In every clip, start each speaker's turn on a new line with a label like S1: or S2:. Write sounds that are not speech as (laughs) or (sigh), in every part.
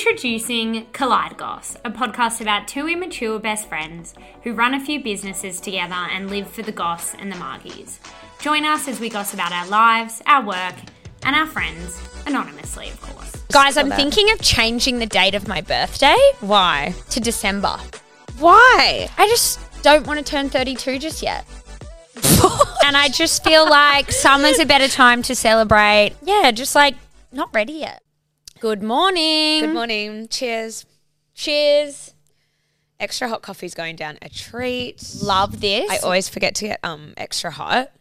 S1: Introducing Collide Goss, a podcast about two immature best friends who run a few businesses together and live for the goss and the margies. Join us as we goss about our lives, our work, and our friends, anonymously, of course.
S2: Guys, I'm thinking of changing the date of my birthday
S3: Why?
S2: to December.
S3: Why?
S2: I just don't want to turn 32 just yet. (laughs) and I just feel like summer's a better time to celebrate. Yeah, just like not ready yet. Good morning.
S3: Good morning. Cheers.
S2: Cheers.
S3: Extra hot coffee's going down a treat.
S2: Love this.
S3: I always forget to get um extra hot,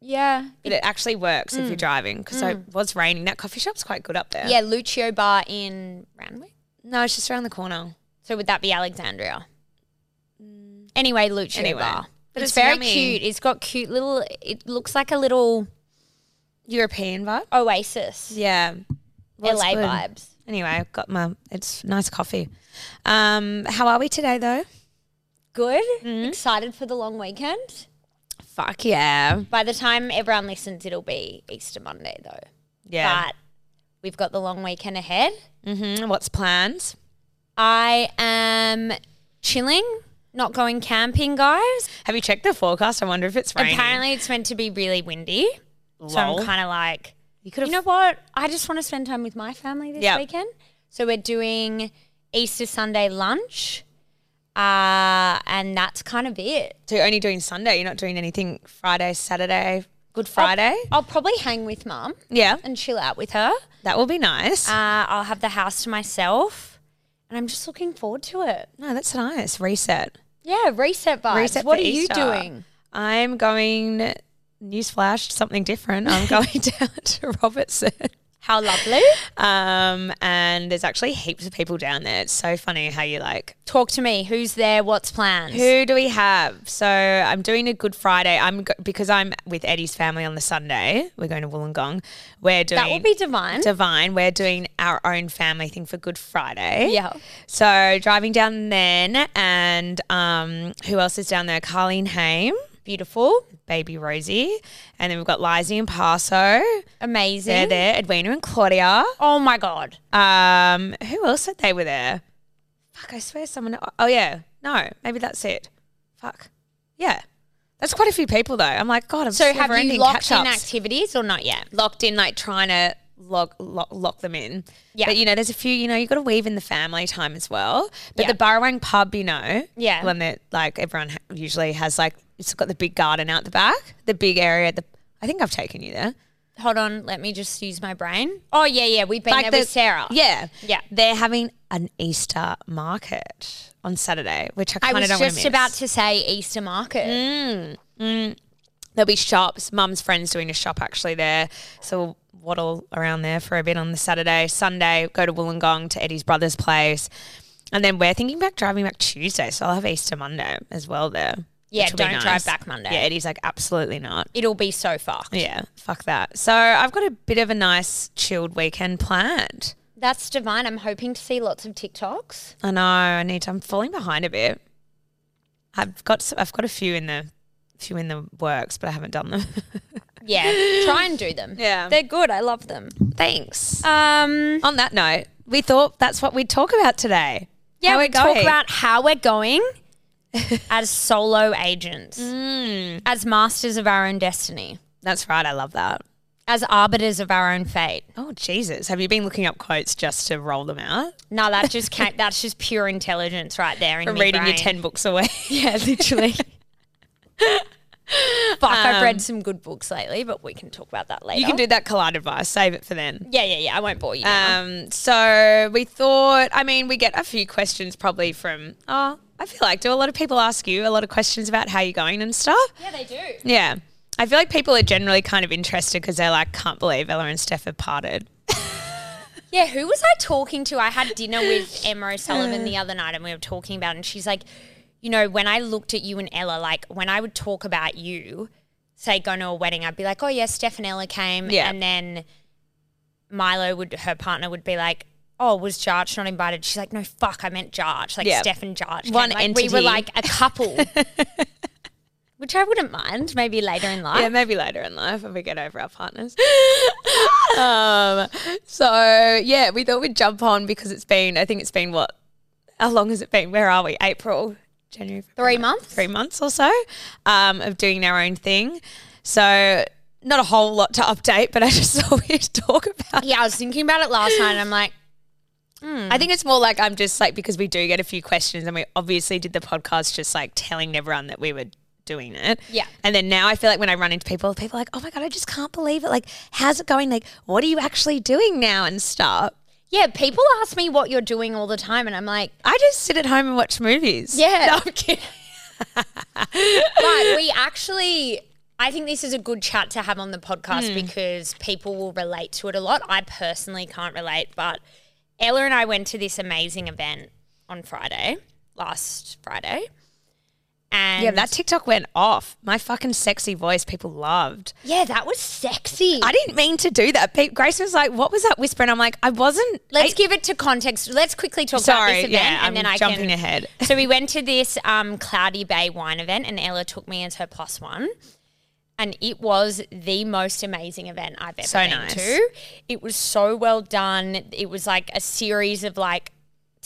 S2: yeah.
S3: but it actually works if you're driving because it was raining. That coffee shop's quite good up there.
S2: Yeah, Lucio Bar in Randwick.
S3: No, it's just around the corner.
S2: So would that be Alexandria? Mm. Anyway, Lucio
S3: Anyway.
S2: Bar.
S3: But
S2: it's,
S3: it's
S2: very
S3: yummy.
S2: cute. It's got cute little. It looks like a little
S3: European vibe.
S2: oasis.
S3: Yeah. Well, it's
S2: LA
S3: good.
S2: vibes.
S3: Anyway, I've got my. It's nice coffee. Um, how are we today though?
S2: Good. Excited for the long weekend.
S3: Fuck yeah.
S2: By the time everyone listens, it'll be Easter Monday though.
S3: Yeah.
S2: But we've got the long weekend ahead.
S3: hmm What's plans?
S2: I am chilling, not going camping, guys.
S3: Have you checked the forecast? I wonder if it's raining.
S2: Apparently, it's meant to be really windy. So
S3: Lol.
S2: I'm kind of like,
S3: you could have.
S2: you know what? I just want to spend time with my family this
S3: Yep.
S2: weekend. So we're doing Easter Sunday lunch. Uh, and that's kind of it.
S3: So you're only doing Sunday. You're not doing anything Friday, Saturday, Good Friday.
S2: I'll probably hang with mum
S3: yeah,
S2: and chill out with her.
S3: that will be nice.
S2: Uh, I'll have the house to myself. And I'm just looking forward to it.
S3: no, that's nice. Reset.
S2: Yeah, reset vibes.
S3: Reset.
S2: what
S3: for
S2: are you
S3: Easter.
S2: doing?
S3: I'm going. Newsflash, something different.
S2: (laughs)
S3: I'm going down (laughs) to Robertson.
S2: How lovely.
S3: Um, and there's actually heaps of people down there. It's so funny how you like.
S2: Talk to me. Who's there? What's plans?
S3: Who do we have? So I'm doing a Good Friday. I'm go- because I'm with Eddie's family on the Sunday. We're going to Wollongong. We're doing
S2: that will be divine.
S3: divine. We're doing our own family thing for Good Friday.
S2: Yeah.
S3: So driving down then, and um, who else is down there? Carleen Haim, beautiful baby Rosie, and then we've got Lizzie and Paso. They're
S2: Amazing.
S3: there. Edwina and Claudia.
S2: Oh my god.
S3: Um, who else said they were there? Fuck, I swear someone. Oh yeah, no, maybe that's it. Fuck, yeah, that's quite a few people though. I'm like, God, I'm
S2: So have you
S3: never-ending
S2: locked in
S3: catch-ups
S2: activities or not yet?
S3: locked in, like trying to lock lock, lock them in.
S2: Yeah.
S3: But you know, there's a few. You know, you got to weave in the family time as well. But
S2: Yeah.
S3: the Burrowang pub, you know,
S2: Yeah.
S3: when they like everyone ha- usually has like it's got the big garden out the back, the big area. The I think I've taken you there.
S2: Hold on, let me just use my brain. Oh yeah, yeah, we've been
S3: Like
S2: there
S3: the-
S2: with Sarah.
S3: Yeah,
S2: Oh, Yeah.
S3: They're having an Easter market on Saturday, which I
S2: I
S3: kind
S2: was
S3: of don't want to
S2: just
S3: miss.
S2: about to say Easter market.
S3: There'll be shops. Mum's friends doing a shop actually there, so we'll waddle around there for a bit on the Saturday, Sunday. Go to Wollongong to Eddie's brother's place, and then we're thinking back driving back Tuesday, so I'll have Easter Monday as well there.
S2: Yeah,
S3: which will be
S2: don't drive back Monday.
S3: Yeah, Eddie's like absolutely not.
S2: It'll be so far.
S3: Yeah, fuck that. So I've got a bit of a nice chilled weekend planned.
S2: That's divine. I'm hoping to see lots of (laughs) TikToks.
S3: I know. I need. To, I'm falling behind a bit. I've got. s- I've got a few in the few in the works, but I haven't done them. (laughs)
S2: Yeah. Try and do them.
S3: Yeah.
S2: They're good. I love them.
S3: Thanks.
S2: Um
S3: On that note, we thought that's what we'd talk about today.
S2: yeah,
S3: How
S2: we
S3: we're going.
S2: talk about how we're (laughs) going as solo agents. As masters of our own destiny.
S3: That's right. I love that.
S2: As arbiters of our own fate.
S3: Oh Jesus! Have you been looking up quotes just to roll them out
S2: No, that just came, that's just pure intelligence right there in
S3: from
S2: me
S3: reading
S2: brain.
S3: your ten books away? (laughs)
S2: Yeah, literally. Fuck, I've read some good books lately, but we can talk about that later.
S3: Um, you can do that collide advice. Save it for then.
S2: Yeah, yeah, yeah. I won't bore you. now.
S3: Um, so we thought. I mean, we get a few questions probably from. Oh, I feel like do a lot of people ask you a lot of questions about how you're going and stuff.
S2: yeah, they do.
S3: Yeah. I feel like people are generally kind of interested because they're like, can't believe Ella and Steph have parted.
S2: Yeah, who was I talking to? I had dinner
S3: (laughs)
S2: with Emma O'Sullivan the other night, and we were talking about, it and she's like, you know, when I looked at you and Ella, like when I would talk about you, say going to a wedding, I'd be like, oh yeah, Steph and Ella came,
S3: Yeah.
S2: and then Milo would, her partner would be like. Oh, was Jarch not invited? She's like, no, fuck, I meant Jarch, like
S3: Yeah.
S2: Steph and Jarch. came.
S3: One
S2: like, We were
S3: entity.
S2: like a
S3: (laughs)
S2: couple, which I wouldn't mind maybe later in life. Ah.
S3: Yeah, maybe later in life when we get over our partners. (laughs) um, so yeah, we thought we'd jump on because it's been, I think it's been what? How long has it been? Where are we? April, January,
S2: Three months.
S3: three months or so um, of doing our own thing. So not a whole lot to update, but I just (laughs) thought we'd talk about.
S2: Yeah, I was thinking about it last night and I'm like,
S3: I think it's more like I'm just like because we do get a few questions, and we obviously did the podcast just like telling everyone that we were doing it.
S2: Yeah.
S3: And then now I feel like when I run into people, people are like, "Oh my god, I just can't believe it! Like, how's it going? Like, what are you actually doing now?" And stuff.
S2: yeah, people ask me what you're doing all the time and I'm like,
S3: I just sit at home and watch
S2: (laughs)
S3: movies.
S2: Yeah.
S3: No, I'm kidding.
S2: but we actually I think this is a good chat to have on the podcast
S3: Hmm.
S2: because people will relate to it a lot. I personally can't relate, but Ella and I went to this amazing event on Friday, last Friday. And
S3: Yeah, that TikTok went off. My fucking sexy voice, people loved.
S2: yeah, that was sexy.
S3: I didn't mean to do that. Pe- Grace was like, "What was that whisper?" And I'm like, "I wasn't."
S2: Let's
S3: I-
S2: give it to context. Let's quickly talk about
S3: sorry.
S2: this event
S3: yeah,
S2: and
S3: I'm
S2: then I
S3: jumping
S2: can
S3: ahead.
S2: (laughs) So we went to this um, Cloudy Bay wine event, and Ella took me as her plus one. And it was the most amazing event I've ever
S3: So
S2: been
S3: nice.
S2: to. It was so well done. It was like a series of like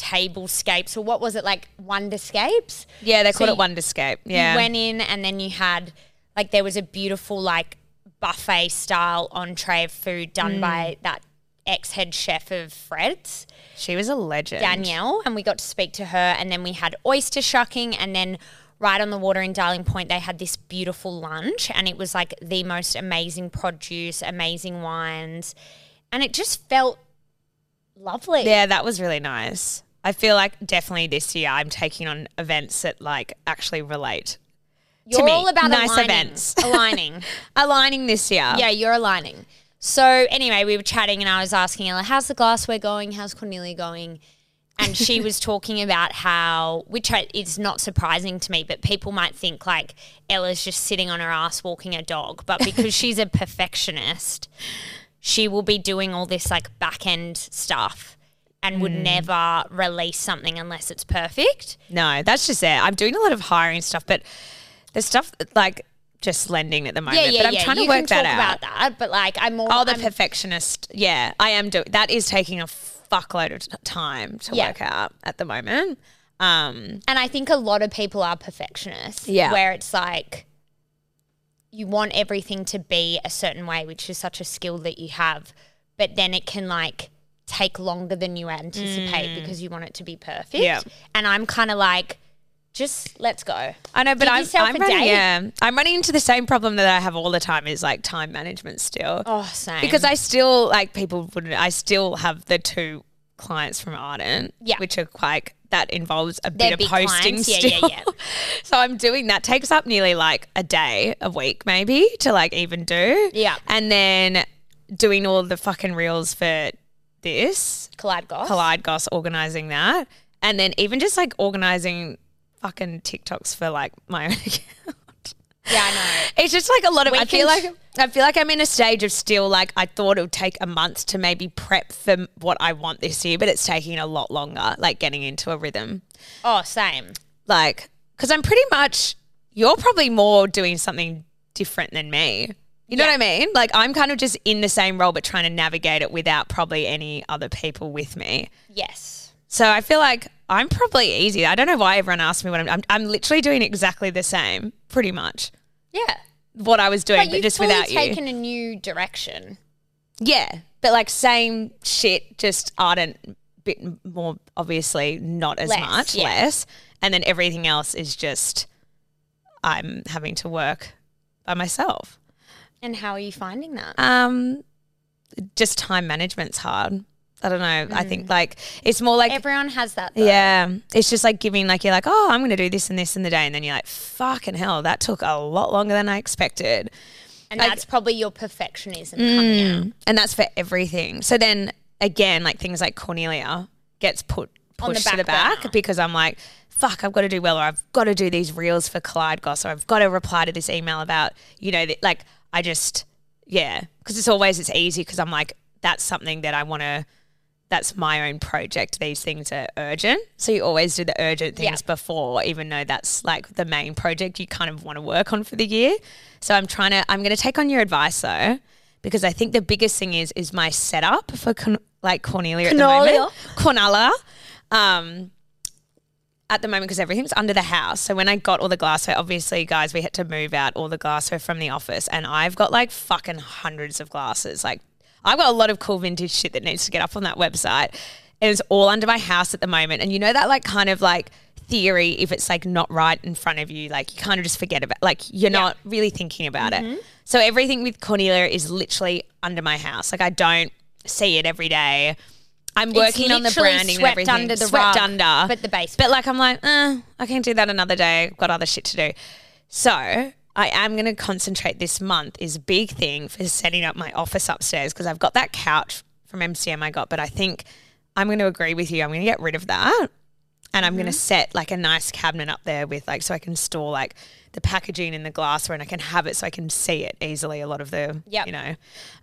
S2: tablescapes, or what was it like wonderscapes?
S3: Yeah, they called
S2: you-
S3: it Wonderscape.
S2: You
S3: Yeah,
S2: went in, and then you had like there was a beautiful like buffet style entree of food done
S3: Mm.
S2: by that ex head chef of Fred's.
S3: she was a legend.
S2: Danielle, and we got to speak to her. And then we had oyster shucking, and then right on the water in Darling Point, they had this beautiful lunch, and it was like the most amazing produce, amazing wines, and it just felt lovely.
S3: Yeah, that was really nice. I feel like definitely this year I'm taking on events that like actually relate.
S2: you're
S3: me,
S2: all about
S3: nice
S2: aligning,
S3: events. (laughs)
S2: aligning.
S3: Aligning this year.
S2: yeah, you're aligning. So anyway, we were chatting, and I was asking Ella, "How's the glassware going? How's Cornelia going?" And she
S3: (laughs)
S2: was talking about how, which I- is not surprising to me, but people might think like Ella's just sitting on her ass walking a dog, but because she's a perfectionist, she will be doing all this like back end stuff and would
S3: Mm.
S2: never release something unless it's perfect.
S3: No, that's just it. I'm doing a lot of hiring stuff, but the stuff like just lending at the moment. but I'm trying
S2: you
S3: to work
S2: can
S3: that
S2: talk
S3: out.
S2: about that, but like I'm all
S3: Oh, the
S2: I'm-
S3: perfectionist. Yeah, I am doing that. Is taking a fuckload of t- time to
S2: Yeah.
S3: work out at the moment. Um,
S2: And I think a lot of people are perfectionists.
S3: Yeah.
S2: Where it's like you want everything to be a certain way, which is such a skill that you have, but then it can like take longer than you anticipate because you want it to be perfect.
S3: Mm. Yeah.
S2: And I'm kind of like, just let's go.
S3: I know, but
S2: Give
S3: I'm,
S2: yourself
S3: I'm
S2: a
S3: running.
S2: date.
S3: Yeah, I'm running into the same problem that I have all the time is like time management still.
S2: Oh, same.
S3: because I still like people wouldn't. I still have the two clients from Arden,
S2: Yeah.
S3: which are like that involves a
S2: They're
S3: bit of
S2: big
S3: posting
S2: clients. Yeah,
S3: still.
S2: yeah,
S3: (laughs)
S2: yeah.
S3: so I'm doing that. Takes up nearly like a day a week maybe to like even do.
S2: Yeah.
S3: and then doing all the fucking reels for this
S2: collide goss.
S3: Collide Goss organizing that, and then even just like organizing fucking TikToks for like my own (laughs) account.
S2: Yeah, I know.
S3: It's just like a lot of.
S2: We
S3: I
S2: can
S3: feel
S2: ch-
S3: like I feel like I'm in a stage of still like I thought it would take a month to maybe prep for m- what I want this year, but it's taking a lot longer. Like getting into a rhythm,
S2: Oh, same.
S3: like because I'm pretty much you're probably more doing something different than me. You know
S2: Yeah.
S3: what I mean? Like I'm kind of just in the same role, but trying to navigate it without probably any other people with me.
S2: Yes.
S3: So I feel like I'm probably easy. I don't know why everyone asks me what I'm. I'm, I'm literally doing exactly the same, pretty much
S2: Yeah.
S3: what I was doing,
S2: But
S3: but,
S2: you've
S3: just
S2: fully
S3: without you.
S2: taken a new direction.
S3: Yeah, but like same shit, just ardent, bit more obviously not as
S2: Less,
S3: much,
S2: yeah.
S3: less, and then everything else is just I'm having to work by myself.
S2: And how are you finding that?
S3: Um, just time management's hard. I don't know. I
S2: Mm.
S3: think like it's more like.
S2: Everyone has that. Though.
S3: yeah, it's just like giving, like, you're like, oh, I'm going to do this and this in the day. And then you're like, fucking hell, that took a lot longer than I expected.
S2: And
S3: Like-
S2: that's probably your perfectionism coming out.
S3: Mm. And that's for everything. So then again, like things like Cornelia gets put
S2: On the
S3: pushed to the
S2: back
S3: back
S2: burner.
S3: because I'm like, fuck, I've got to do well, or I've got to do these reels for Collide Goss, or I've got to reply to this email about, you know, th- like I just, yeah, because it's always it's easy because I'm like, that's something that I want to. That's my own project. These things are urgent. So you always do the urgent
S2: Yeah.
S3: things before, even though that's like the main project you kind of want to work on for the year. So I'm trying to, I'm going to take on your advice though because I think the biggest thing is is my setup for con- like Cornelia at the
S2: Cornelia.
S3: moment. Cornala. Um, at the moment, because everything's under the house. So when I got all the glassware, obviously, guys, we had to move out all the glassware from the office, and I've got like fucking hundreds of glasses. Like, I've got a lot of cool vintage shit that needs to get up on that website, and it's all under my house at the moment. And you know that like kind of like theory, if it's like not right in front of you, like you kind of just forget about, like you're not really thinking about
S2: Mm-hmm.
S3: it. So everything with Cornelia is literally under my house. Like I don't see it every day. I'm working on the
S2: literally
S3: branding and
S2: swept
S3: everything.
S2: under the rug,
S3: swept under,
S2: but the basement.
S3: But like, I'm like, eh, I can do that another day. I've got other shit to do. So I am going to concentrate this month is big thing for setting up my office upstairs because I've got that couch from MCM I got, but I think I'm going to agree with you. I'm going to get rid of that. And I'm going
S2: Mm-hmm.
S3: to set like a nice cabinet up there with like, so I can store like the packaging and the glassware and I can have it so I can see it easily. A lot of the,
S2: Yep.
S3: you know,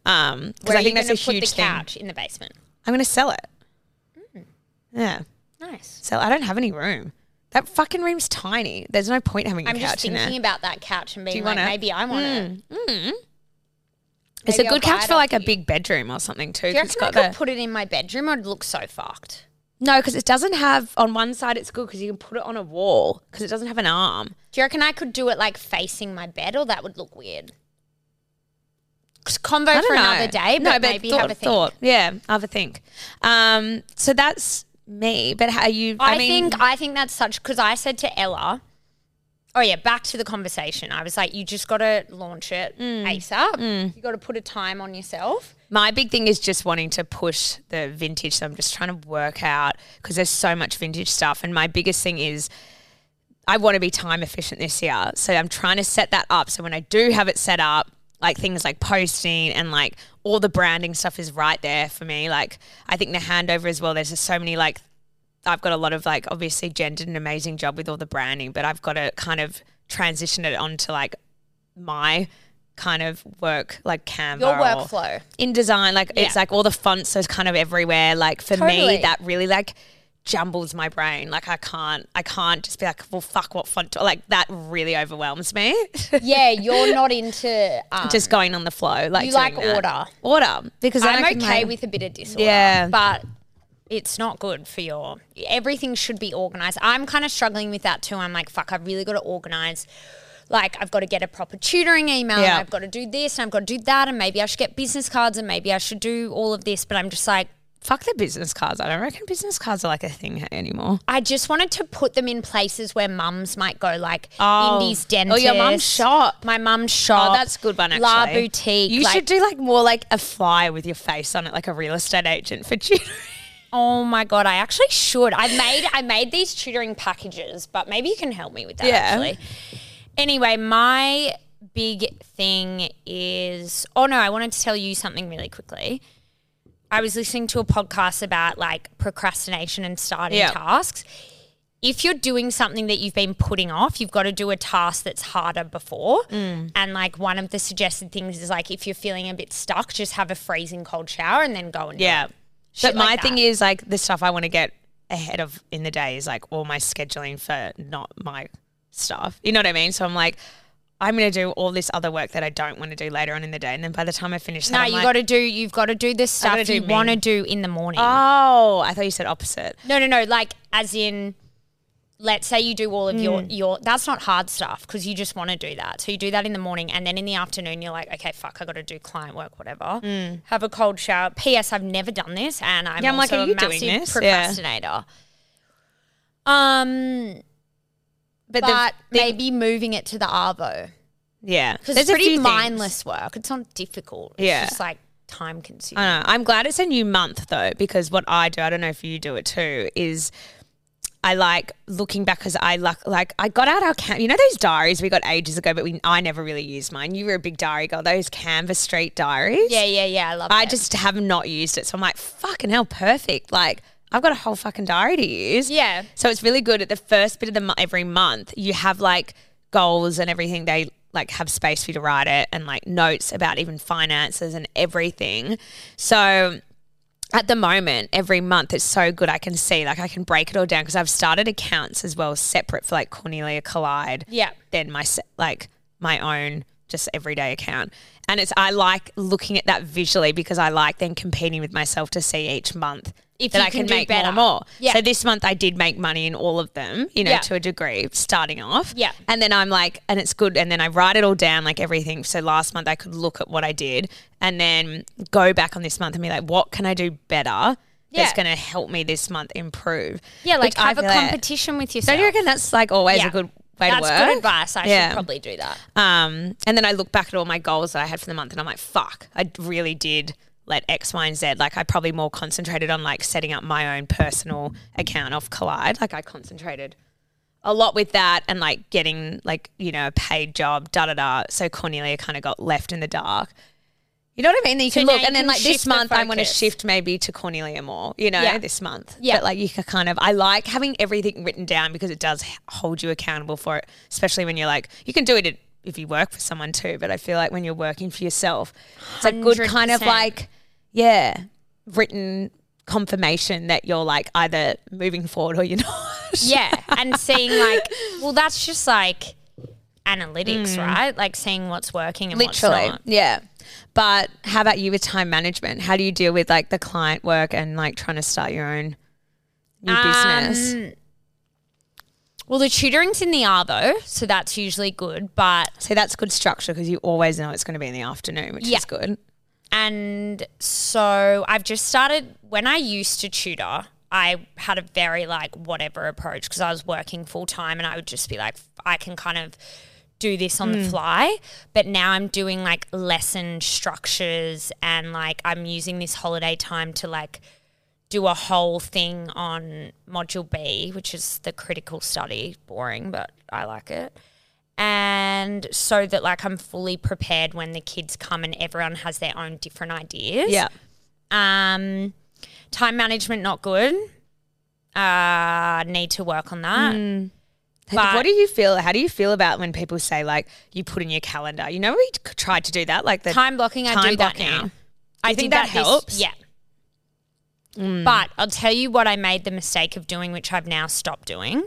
S3: um, because
S2: Where
S3: I think
S2: are you
S3: that's a
S2: gonna
S3: huge
S2: put the Mm.
S3: thing.
S2: couch in the basement.
S3: I'm going to sell it. Yeah.
S2: Nice.
S3: So I don't have any room. That fucking room's tiny. There's no point having a
S2: I'm just
S3: couch in there.
S2: thinking about that couch and being
S3: you Mm.
S2: like,
S3: want it?
S2: maybe I want it.
S3: It's
S2: maybe
S3: a good
S2: I'll buy
S3: couch
S2: it
S3: for
S2: off
S3: like a
S2: you.
S3: big bedroom or something too.
S2: Do you
S3: 'cause it's
S2: reckon I
S3: got
S2: could
S3: the-
S2: put it in my bedroom? I'd look so fucked.
S3: no, because it doesn't have on one side. It's good because you can put it on a wall because it doesn't have an arm.
S2: Do you reckon I could do it like facing my bed, or that would look weird? 'Cause Combo
S3: I don't
S2: for
S3: know.
S2: another day, but,
S3: no,
S2: maybe
S3: thought,
S2: have a think.
S3: thought. Yeah, have a think. Um, so that's me. But how you? I,
S2: I,
S3: mean,
S2: think I think that's such because I said to Ella, oh yeah, back to the conversation. I was like, you just got to launch it
S3: Mm.
S2: ASAP. You got to put a time on yourself.
S3: My big thing is just wanting to push the vintage. So I'm just trying to work out because there's so much vintage stuff. And my biggest thing is I want to be time efficient this year. So I'm trying to set that up. So when I do have it set up, like things like posting and like all the branding stuff is right there for me. Like I think the handover as well, there's just so many like I've got a lot of like obviously Jen did an amazing job with all the branding, but I've got to kind of transition it onto like my kind of work like Canva
S2: Your
S3: or-
S2: workflow.
S3: InDesign, like it's
S2: Yeah.
S3: like all the fonts are kind of everywhere. Like for me,
S2: Totally.
S3: that really like jumbles my brain. Like I can't, I can't just be like, well, fuck, what font? do-" Like that really overwhelms me.
S2: (laughs)
S3: (laughs)
S2: yeah, you're not into. Um,
S3: just going on the flow, like
S2: you
S3: doing
S2: like
S3: that.
S2: order.
S3: order because then
S2: I'm
S3: I can,
S2: okay
S3: like-
S2: with a bit of disorder.
S3: Yeah.
S2: But it's not good for your everything should be organized. I'm kind of struggling with that too. I'm like, fuck, I've really got to organize. Like I've got to get a proper tutoring email and
S3: Yeah.
S2: I've got to do this and I've got to do that and maybe I should get business cards and maybe I should do all of this. But I'm just like,
S3: fuck the business cards. I don't reckon business cards are like a thing anymore.
S2: I just wanted to put them in places where mums might go, like
S3: Oh.
S2: Indies
S3: Oh,
S2: Dentist.
S3: your mum's shop.
S2: My mum's shop.
S3: Oh, that's a good one. Actually.
S2: La Boutique.
S3: You
S2: like-
S3: should do like more like a flyer with your face on it, like a real estate agent for (laughs) tutoring.
S2: Oh my god, I actually should. I made I made these tutoring packages, but maybe you can help me with that
S3: Yeah.
S2: actually. Anyway, my big thing is oh no, I wanted to tell you something really quickly. I was listening to a podcast about like procrastination and starting
S3: Yeah.
S2: tasks. If you're doing something that you've been putting off, you've got to do a task that's harder before.
S3: Mm.
S2: And like one of the suggested things is like if you're feeling a bit stuck, just have a freezing cold shower and then go and do it.
S3: Yeah.
S2: Shit
S3: but my
S2: like
S3: thing
S2: that.
S3: is like the stuff I want to get ahead of in the day is like all my scheduling for not my stuff. You know what I mean? So I'm like, I'm gonna do all this other work that I don't want to do later on in the day, and then by the time I finish that,
S2: No,
S3: I'm
S2: you
S3: like,
S2: got to do. You've got to do the
S3: gotta
S2: stuff
S3: do
S2: you
S3: me.
S2: want to do in the morning.
S3: oh, I thought you said opposite.
S2: no, no, no. Like as in, let's say you do all of
S3: Mm.
S2: your your. That's not hard stuff because you just want to do that. So you do that in the morning, and then in the afternoon you're like, okay, fuck, I got to do client work, whatever. Have a cold shower. P.S. I've never done this, and I'm,
S3: Mm. Yeah, I'm like,
S2: also
S3: are you
S2: a
S3: doing
S2: massive
S3: this? Yeah.
S2: procrastinator. Um,
S3: But, the
S2: but
S3: thing-
S2: maybe moving it to the arvo
S3: yeah,
S2: because it's
S3: There's a
S2: pretty
S3: few things.
S2: mindless work. It's not difficult. It's
S3: Yeah.
S2: just like time consuming.
S3: I know. I'm glad it's a new month though, because what I do, I don't know if you do it too, is I like looking back because I like like I got out our can you know those diaries we got ages ago, but we I never really used mine. You were a big diary girl. Those Canvas Street diaries.
S2: yeah, yeah, yeah. I love.
S3: I
S2: it.
S3: just have not used it, so I'm like fucking hell, perfect. Like I've got a whole fucking diary to use.
S2: Yeah.
S3: So it's really good at the first bit of the mo- every month. You have like goals and everything. They like have space for you to write it and like notes about even finances and everything. So at the moment, every month it's so good. I can see like I can break it all down because I've started accounts as well, separate for like Cornelia Collide.
S2: Yeah.
S3: Then my se- like my own just everyday account. And it's I like looking at that visually because I like then competing with myself to see each month
S2: If
S3: that
S2: you
S3: I
S2: can
S3: can,
S2: do
S3: make
S2: better.
S3: more and more.
S2: Yeah.
S3: So this month I did make money in all of them, you know,
S2: Yeah.
S3: to a degree starting off.
S2: Yeah.
S3: And then I'm like, and it's good. And then I write it all down, like everything. So last month I could look at what I did and then go back on this month and be like, what can I do better?
S2: Yeah.
S3: That's going to help me this month improve.
S2: Yeah, like
S3: Which I
S2: have a
S3: feel like-
S2: competition with yourself.
S3: Don't you reckon that's like always
S2: Yeah.
S3: a good way
S2: That's
S3: to work?
S2: good advice. I
S3: Yeah.
S2: should probably do that.
S3: Um, and then I look back at all my goals that I had for the month and I'm like, fuck, I really did let X, Y, and Z. Like I probably more concentrated on like setting up my own personal account of Collide. Like I concentrated a lot with that and like getting like, you know, a paid job, da da da. So Cornelia kind of got left in the dark. You know what I mean? That you
S2: So
S3: can
S2: now
S3: look
S2: you
S3: and then
S2: can
S3: like
S2: shift
S3: this
S2: the
S3: month I want to
S2: focus.
S3: shift maybe to Cornelia more, you know,
S2: Yeah.
S3: this month.
S2: Yeah.
S3: But like you can kind of I like having everything written down because it does h- hold you accountable for it, especially when you're like you can do it if you work for someone too, but I feel like when you're working for yourself, it's a good kind of
S2: 100%.
S3: like yeah, written confirmation that you're like either moving forward or you're (laughs) not.
S2: Yeah.
S3: (laughs)
S2: And seeing like well, that's just like analytics, right? Like seeing what's working and what's
S3: Mm. Literally.
S2: not.
S3: Yeah. But how about you with time management? How do you deal with like the client work and like trying to start your own new business?
S2: Um, well, the tutoring's in the arvo, so that's usually good. But
S3: So that's good structure because you always know it's going to be in the afternoon, which
S2: Yeah.
S3: is good.
S2: And so I've just started when I used to tutor, I had a very like whatever approach because I was working full time and I would just be like, I can kind of do this on the fly. But now I'm doing like lesson structures and like I'm using this holiday time to like do a whole thing on module B, which is the critical study. Boring, but I like it and so that like I'm fully prepared when the kids come and everyone has their own different ideas.
S3: Yeah.
S2: Um, time management not good. Uh, need to work on that. But-
S3: what do you feel? How do you feel about when people say like you put in your calendar? You know, we c- tried to do that, like the
S2: Time blocking, I
S3: Time
S2: do
S3: blocking.
S2: that now.
S3: You
S2: I did
S3: think that
S2: this-
S3: helps? Mm.
S2: yeah. But I'll tell you what I made the mistake of doing, which I've now stopped doing,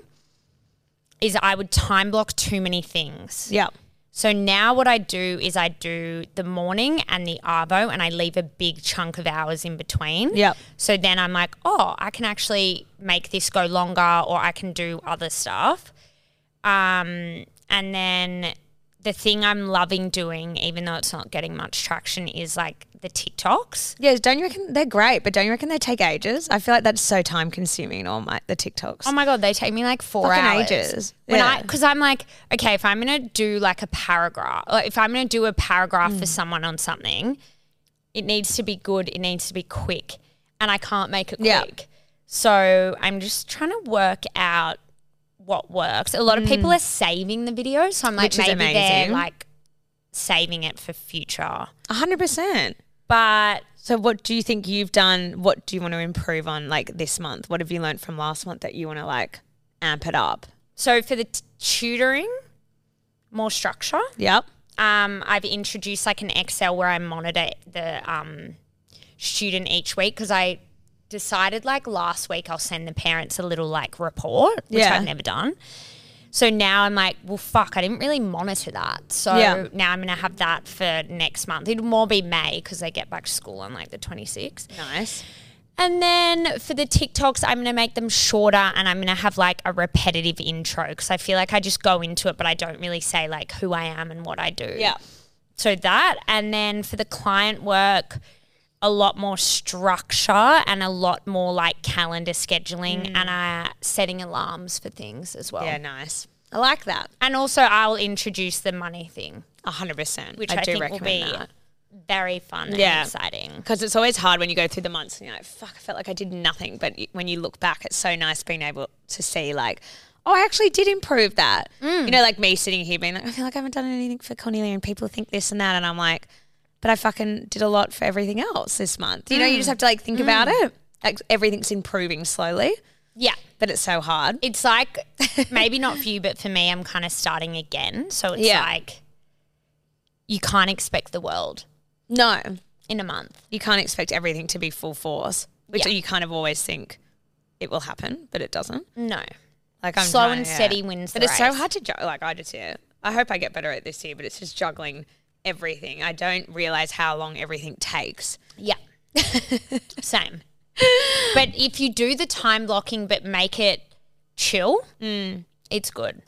S2: is I would time block too many things.
S3: yeah,
S2: So now what I do is I do the morning and the arvo, and I leave a big chunk of hours in between.
S3: Yep.
S2: So then I'm like, oh, I can actually make this go longer, or I can do other stuff. Um, and then the thing I'm loving doing, even though it's not getting much traction, is like the TikToks.
S3: yeah. Don't you reckon they're great? But don't you reckon they take ages? I feel like that's so time consuming. All my the TikToks.
S2: Oh my god, they take me like four
S3: Fucking
S2: hours.
S3: ages.
S2: When
S3: Yeah.
S2: I, because I'm like, okay, if I'm gonna do like a paragraph, like if I'm gonna do a paragraph
S3: Mm.
S2: for someone on something, it needs to be good. It needs to be quick, and I can't make it
S3: Yeah.
S2: quick. So I'm just trying to work out what works. A lot of people are saving the videos, so I'm like,
S3: Mm. Which is
S2: maybe they're
S3: amazing.
S2: like saving it for future.
S3: hundred percent.
S2: But
S3: So, what do you think you've done? What do you want to improve on, like this month? What have you learned from last month that you want to like amp it up?
S2: so for the t- tutoring, more structure.
S3: Yep.
S2: um, I've introduced like an Excel where I monitor the um, student each week because I decided like last week I'll send the parents a little like report, which
S3: Yeah.
S2: I've never done. So now I'm like, well, fuck, I didn't really monitor that. So
S3: Yeah.
S2: now I'm going to have that for next month. It'll more be May because they get back to school on like the 26th.
S3: Nice.
S2: And then for the TikToks, I'm going to make them shorter and I'm going to have like a repetitive intro because I feel like I just go into it, but I don't really say like who I am and what I do.
S3: Yeah.
S2: So that, and then for the client work, a lot more structure and a lot more like calendar scheduling and uh, setting alarms for things as well.
S3: Mm. Yeah. Nice. I like that.
S2: And also, I'll introduce the money thing,
S3: hundred percent.
S2: which I, think will be very fun
S3: Yeah.
S2: and exciting.
S3: because it's always hard when you go through the months and you're like, fuck, I felt like I did nothing. But y- when you look back, it's so nice being able to see like, oh, I actually did improve that.
S2: Mm.
S3: You know, like me sitting here being like, I feel like I haven't done anything for Cornelia and people think this and that, and I'm like, but I fucking did a lot for everything else this month. You know, you
S2: Mm.
S3: just have to like think about it. Like everything's improving slowly,
S2: Yeah.
S3: but it's so hard.
S2: It's
S3: (laughs)
S2: like, maybe not for you, but for me, I'm kind of starting again. So it's
S3: Yeah.
S2: like, you can't expect the world
S3: No,
S2: in a month.
S3: you can't expect everything to be full force, which
S2: Yeah.
S3: you kind of always think it will happen, but it doesn't.
S2: No.
S3: Like I'm
S2: Slow
S3: trying-
S2: and
S3: yeah.
S2: steady wins
S3: But
S2: the
S3: it's so
S2: race.
S3: hard to juggle. Like I just yeah, I I hope I get better at this year, but it's just juggling everything. I don't realize how long everything takes.
S2: Yeah. (laughs) Same. But if you do the time blocking but make it chill,
S3: Mm.
S2: it's good.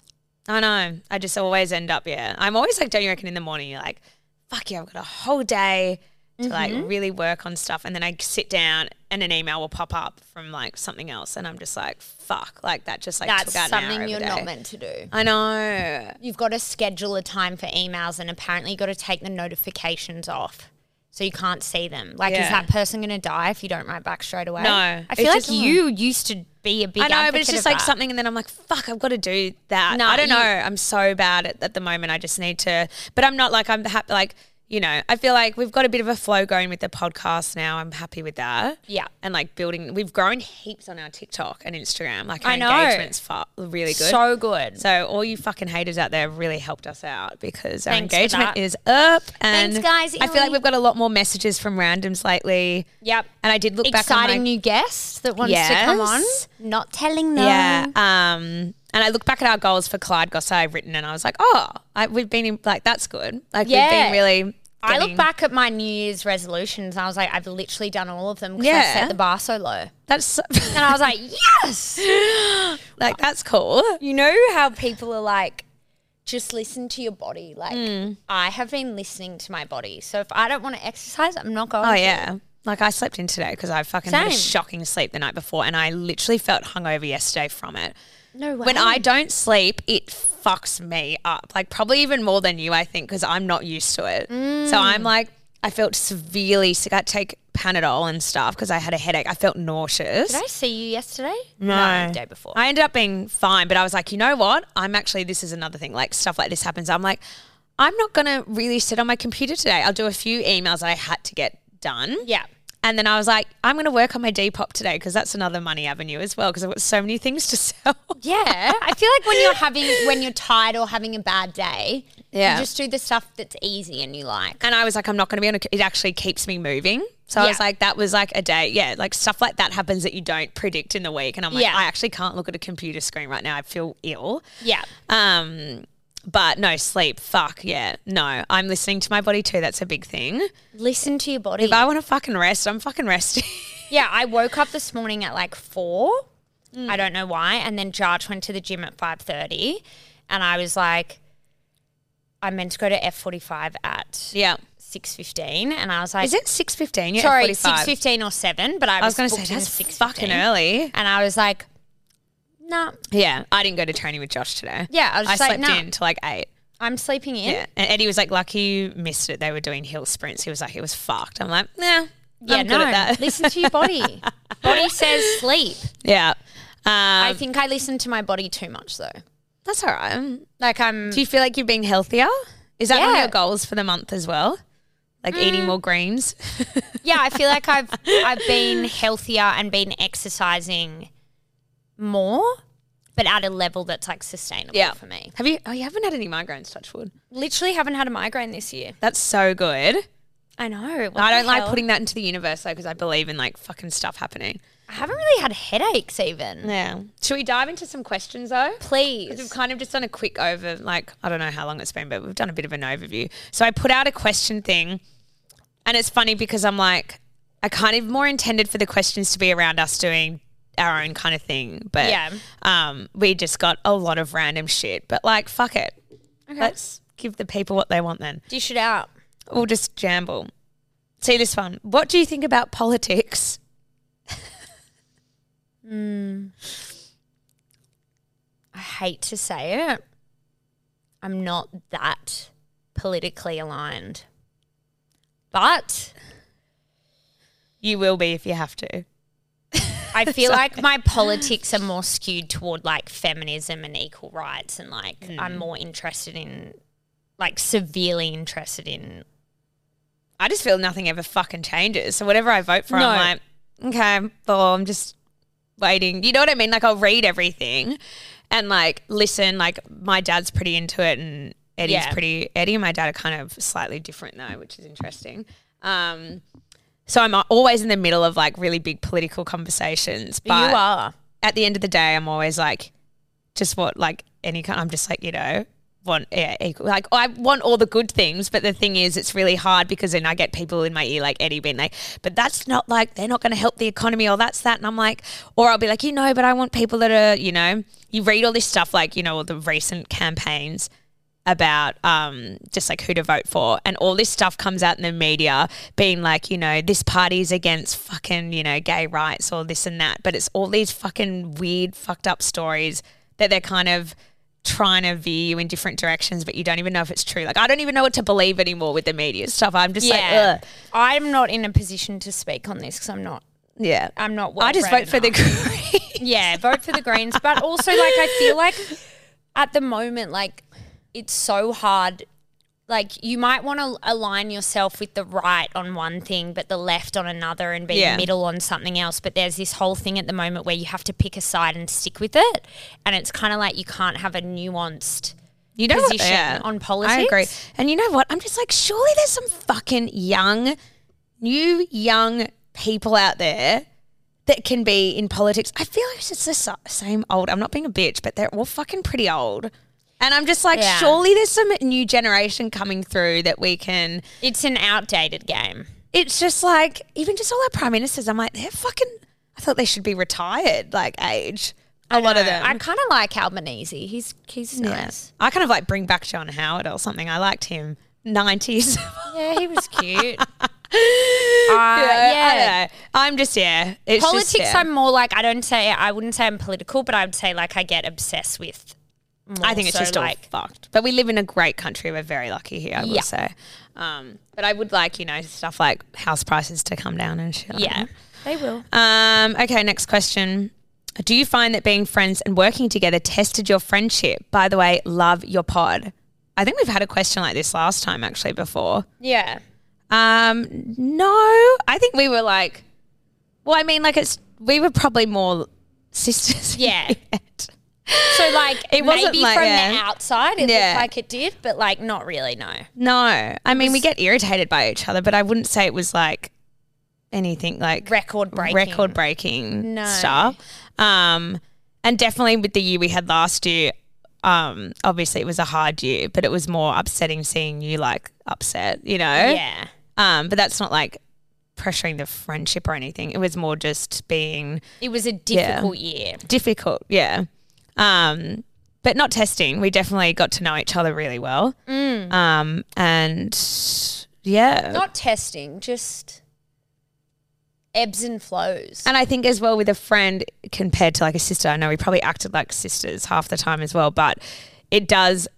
S3: I know. I just always end up, yeah. I'm always like, don't you reckon in the morning, you're like, fuck yeah, I've got a whole day to like
S2: Mm-hmm.
S3: really work on stuff. And then I sit down and an email will pop up from like something else. And I'm just like, fuck, like that just like
S2: That's
S3: took out an hour
S2: something
S3: of a
S2: you're
S3: day.
S2: not meant to do.
S3: I know.
S2: You've got to schedule a time for emails and apparently you've got to take the notifications off so you can't see them. Like, is
S3: Yeah.
S2: that person going to die if you don't write back straight away?
S3: No,
S2: I
S3: it's
S2: feel like
S3: just-
S2: you used to be a big
S3: I know, but
S2: advocate
S3: it's just
S2: of
S3: like
S2: that.
S3: something, and then I'm like, fuck, I've got to do that.
S2: No,
S3: I don't
S2: you-
S3: know. I'm so bad at, at the moment. I just need to, but I'm not like, I'm happy, like, you know, I feel like we've got a bit of a flow going with the podcast now. I'm happy with that.
S2: Yeah.
S3: And like building, we've grown heaps on our TikTok and Instagram. Like, our
S2: I know.
S3: engagement's far, really good.
S2: So good.
S3: So all you fucking haters out there have really helped us out because our
S2: Thanks for
S3: engagement
S2: that.
S3: is up. And
S2: Thanks, guys.
S3: I feel
S2: Illy.
S3: like we've got a lot more messages from randoms lately.
S2: Yep.
S3: And I did look back on my
S2: Exciting new guest that wants to come on.
S3: Yes.
S2: Not telling them.
S3: Yeah. Um, and I look back at our goals for Clyde Goss I've written and I was like, oh, I, we've been in, like, that's good. Like,
S2: Yeah.
S3: we've been really.
S2: I
S3: getting-
S2: look back at my New Year's resolutions and I was like, I've literally done all of them because I
S3: Yeah.
S2: set the bar so low.
S3: That's so-
S2: (laughs) And I was like, yes.
S3: (laughs) like, that's cool.
S2: You know how people are like, just listen to your body. Like, I have been listening to my body. So if I don't want to exercise, I'm not going
S3: Oh,
S2: to.
S3: yeah. Like, I slept in today because I fucking had a
S2: Same.
S3: shocking sleep the night before and I literally felt hungover yesterday from it.
S2: No way.
S3: When I don't sleep, it fucks me up. Like, probably even more than you, I think, because I'm not used to it.
S2: Mm.
S3: So I'm like, I felt severely sick. I take Panadol and stuff because I had a headache. I felt nauseous.
S2: Did I see you yesterday?
S3: No.
S2: the day before.
S3: I ended up being fine, but I was like, you know what? I'm actually, this is another thing. Like, stuff like this happens. I'm like, I'm not going to really sit on my computer today. I'll do a few emails that I had to get done.
S2: yeah.
S3: And then I was like, I'm going to work on my Depop today because that's another money avenue as well because I've got so many things to (laughs) sell.
S2: Yeah. (laughs) I feel like when you're having, when you're tired or having a bad day,
S3: Yeah.
S2: you just do the stuff that's easy and you like.
S3: And I was like, I'm not going to be on a, it actually keeps me moving. So I was
S2: Yeah.
S3: like, that was like a day. Yeah. Like stuff like that happens that you don't predict in the week. And I'm like,
S2: Yeah.
S3: I actually can't look at a computer screen right now. I feel ill.
S2: Yeah.
S3: Um, but no sleep. Fuck yeah. No, I'm listening to my body too. That's a big thing.
S2: Listen to your body.
S3: If I want to fucking rest, I'm fucking resting. (laughs)
S2: Yeah, I woke up this morning at like four. I don't know why. And then Jarge went to the gym at five thirty, and I was like, I meant to go to F forty five at
S3: yeah.
S2: six fifteen, and I was like,
S3: Is it six fifteen? Yeah.
S2: sorry
S3: 45.
S2: six fifteen or seven? But I was,
S3: I was going to
S2: booked
S3: say
S2: in
S3: that's
S2: 6:15.
S3: fucking early.
S2: and I was like, nah,
S3: Yeah, I didn't go to training with Josh today.
S2: Yeah, I was just like,
S3: slept
S2: nah.
S3: in till like eight.
S2: I'm sleeping in.
S3: Yeah, and Eddie was like, "Lucky you missed it. They were doing hill sprints." He was like, "It was fucked." I'm like, "Nah,
S2: Yeah,
S3: I'm
S2: no.
S3: good at that."
S2: listen to your (laughs) body. body says sleep.
S3: yeah, um,
S2: I think I listen to my body too much though.
S3: that's all right.
S2: Like I'm.
S3: Do you feel like you've been healthier? Is that one of
S2: Yeah. Mm.
S3: your goals for the month as well? Like eating more greens? (laughs)
S2: yeah, I feel like I've I've been healthier and been exercising more, but at a level that's like sustainable for me.
S3: Have you? Oh, you haven't had any migraines. Touch wood.
S2: Literally haven't had a migraine this year.
S3: That's so good.
S2: I know. what
S3: I
S2: the
S3: don't like
S2: hell?
S3: putting that into the universe though, because I believe in like fucking stuff happening.
S2: I haven't really had headaches even.
S3: Yeah. Should we dive into some questions though? We've
S2: (laughs) Please.
S3: kind of just done a quick over, like, I don't know how long it's been, but we've done a bit of an overview. So I put out a question thing, and it's funny because I'm like, I kind of more intended for the questions to be around us doing our own kind of thing, but
S2: Yeah.
S3: um, we just got a lot of random shit. But like, fuck it. Let's give the people what they want then.
S2: Dish it out.
S3: We'll just jamble. See this one. What do you think about politics?
S2: I hate to say it. I'm not that politically aligned. But
S3: You will be if you have to. (laughs)
S2: I feel like my politics are more skewed toward like feminism and equal rights, and like
S3: Hmm.
S2: I'm more interested in, like, severely interested in.
S3: I just feel nothing ever fucking changes. So whatever I vote for, I'm like, okay, well, I'm just waiting. You know what I mean? Like I'll read everything and like listen. Like my dad's pretty into it, and Eddie's
S2: Yeah.
S3: pretty. Eddie and my dad are kind of slightly different though, which is interesting. Um, so I'm always in the middle of like really big political conversations, but
S2: you are.
S3: at the end of the day, I'm always like, just what like any kind. I'm just like you know, want yeah, equal. Like I want all the good things, but the thing is, it's really hard because then I get people in my ear like Eddie being like, "But that's not like they're not going to help the economy or that's that," and I'm like, or I'll be like, you know, but I want people that are you know, you read all this stuff like you know all the recent campaigns about um, just like who to vote for. And all this stuff comes out in the media being like, you know, this party's against fucking, you know, gay rights or this and that. But it's all these fucking weird, fucked up stories that they're kind of trying to veer you in different directions, but you don't even know if it's true. Like, I don't even know what to believe anymore with the media stuff. I'm just
S2: yeah,
S3: like, Ugh.
S2: I'm not in a position to speak on this because I'm not.
S3: yeah.
S2: I'm not.
S3: I just
S2: well-read
S3: vote for the
S2: enough.
S3: Greens.
S2: (laughs) yeah, vote for the Greens. But also, like, I feel like at the moment, like, it's so hard. Like, you might want to align yourself with the right on one thing, but the left on another, and be
S3: Yeah.
S2: middle on something else. But there's this whole thing at the moment where you have to pick a side and stick with it. And it's kind of like you can't have a nuanced.
S3: you know
S2: position on
S3: I agree.
S2: politics.
S3: And you know what? I'm just like, surely there's some fucking young, new young people out there that can be in politics. I feel like it's just the so- same old. I'm not being a bitch, but they're all fucking pretty old. And I'm just like,
S2: Yeah.
S3: surely there's some new generation coming through that we can.
S2: It's an outdated game.
S3: It's just like, even just all our prime ministers, I'm like, they're fucking. I thought they should be retired, like age. A lot of them.
S2: I kind of like Albanese. He's he's nice.
S3: I kind of like bring back John Howard or something. I liked him. 90s.
S2: Yeah, he was
S3: (laughs)
S2: cute. Uh,
S3: yeah, I am just yeah. It's just,
S2: politics
S3: yeah.
S2: i'm more like i don't say i wouldn't say i'm political but i would say like i get obsessed with more
S3: I think it's
S2: so,
S3: just all fucked. But we live in a great country. We're very lucky here. I will
S2: Yeah.
S3: say. Um, but I would like you know stuff like house prices to come down and shit. like
S2: yeah they will
S3: that. Um. Okay. Next question. Do you find that being friends and working together tested your friendship? By the way, love your pod. I think we've had a question like this last time actually before.
S2: yeah
S3: Um, no, I think we were like, well, I mean, like it's we were probably more (laughs) sisters. in
S2: Yeah.
S3: the end.
S2: so like it
S3: It wasn't
S2: maybe
S3: like-
S2: from the
S3: yeah.
S2: outside it
S3: Yeah.
S2: looked like it did but like not really no
S3: No, I mean, we get irritated by each other, but I wouldn't say it was like anything like
S2: record breaking
S3: record breaking
S2: No.
S3: stuff. Um, and definitely with the year we had last year, um, obviously it was a hard year, but it was more upsetting seeing you like upset, you know?
S2: yeah
S3: Um, but that's not like pressuring the friendship or anything. It was more just being
S2: it was a difficult year
S3: difficult. Yeah. Um, but not testing. We definitely got to know each other really well.
S2: Mm.
S3: Um, and yeah.
S2: not testing just ebbs and flows
S3: and I think as well with a friend compared to like a sister, I know we probably acted like sisters half the time as well, but it does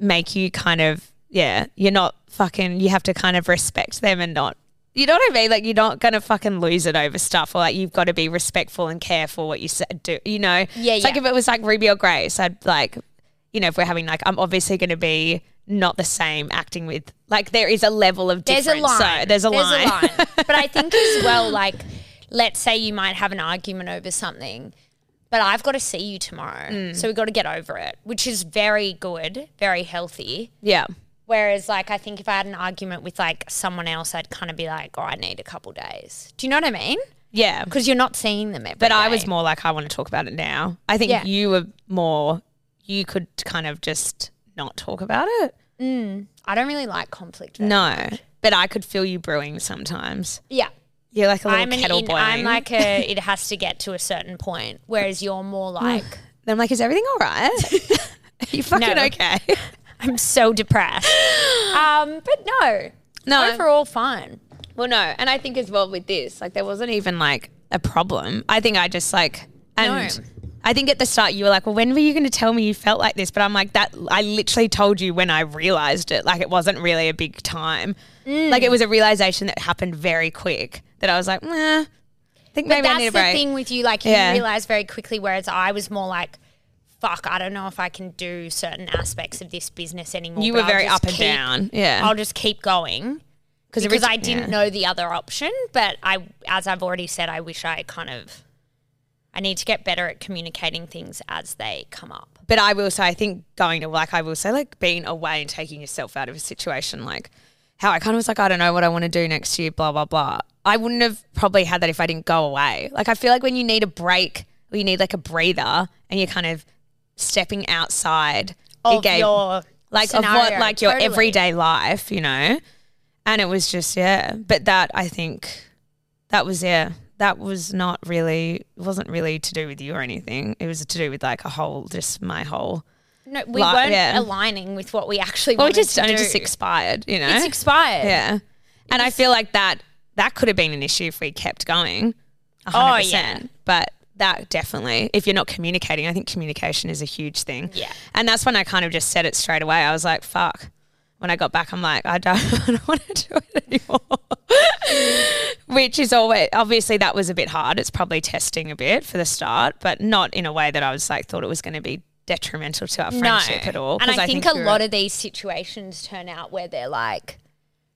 S3: make you kind of, yeah, you're not fucking, you have to kind of respect them and not, you know what I mean? Like you're not going to fucking lose it over stuff or like you've got to be respectful and careful what you sa- do, you know?
S2: Yeah,
S3: It's like
S2: yeah.
S3: if it was like Ruby or Grace, I'd like, you know, if we're having like, I'm obviously going to be not the same acting with, like there is a level of difference.
S2: there's a line.
S3: So there's a line.
S2: but I think as well, like, let's say you might have an argument over something, but I've got to see you tomorrow.
S3: Mm.
S2: So we've got to get over it, which is very good, very healthy.
S3: (laughs) yeah.
S2: Whereas, like, I think if I had an argument with like someone else, I'd kind of be like, oh, I need a couple days. Do you know what I mean?
S3: Yeah.
S2: Because you're not seeing them every
S3: But I was
S2: day.
S3: more like, I want to talk about it now. I think
S2: Yeah.
S3: you were more, you could kind of just not talk about it.
S2: I don't really like conflict. though.
S3: No. But I could feel you brewing sometimes.
S2: Yeah.
S3: You're like a little
S2: I'm an
S3: kettle
S2: in,
S3: boiling.
S2: I'm like
S3: (laughs)
S2: a. It has to get to a certain point. Whereas you're more
S3: Mm.
S2: like
S3: Then I'm like, is everything all right? (laughs) Are you fucking
S2: No.
S3: okay?
S2: I'm so
S3: (gasps)
S2: depressed. um, but no,
S3: No.
S2: overall fine.
S3: well, no. And I think as well with this, like there wasn't even like a problem. I think I just like, and
S2: No.
S3: I think at the start you were like, well, when were you going to tell me you felt like this? But I'm like, that, I literally told you when I realized it. Like it wasn't really a big time.
S2: Mm.
S3: Like it was a realization that happened very quick that I was like, nah, I think maybe I
S2: That's
S3: need
S2: the
S3: a break.
S2: thing with you, like you
S3: Yeah.
S2: realize very quickly. Whereas I was more like, "Fuck, I don't know if I can do certain aspects of this business anymore."
S3: You
S2: but
S3: were
S2: I'll
S3: very
S2: just
S3: up and
S2: keep-
S3: down. Yeah.
S2: I'll just keep going
S3: it
S2: because
S3: was-
S2: I didn't
S3: yeah.
S2: know the other option. But I, as I've already said, I wish I kind of, I need to get better at communicating things as they come up.
S3: but I will say, I think going to like, I will say, like being away and taking yourself out of a situation, like how I kind of was like, I don't know what I want to do next year, blah, blah, blah. I wouldn't have probably had that if I didn't go away. Like, I feel like when you need a break or you need like a breather and you're kind of stepping outside,
S2: Of your
S3: like of
S2: Scenario,
S3: what like your
S2: totally.
S3: everyday life, you know. And it was just yeah, but that I think that was yeah, that was not really it wasn't really to do with you or anything. It was to do with like a whole just my whole.
S2: No, we
S3: Like,
S2: weren't
S3: yeah.
S2: aligning with what we actually
S3: Well, we
S2: wanted
S3: just
S2: to
S3: and
S2: do.
S3: it just expired, you know.
S2: It's expired.
S3: yeah, and I feel like that that could have been an issue if we kept going. a
S2: Oh,
S3: hundred
S2: yeah.
S3: percent. But that definitely, if you're not communicating, I think communication is a huge thing.
S2: Yeah.
S3: And that's when I kind of just said it straight away. I was like, fuck. When I got back, I'm like, I don't, (laughs) I don't want to do it anymore. (laughs) Which is always, obviously, that was a bit hard. It's probably testing a bit for the start, but not in a way that I was like, thought it was going to be detrimental to our friendship at all.
S2: And
S3: 'Cause
S2: I, think, a
S3: we were-
S2: lot of these situations turn out where they're like,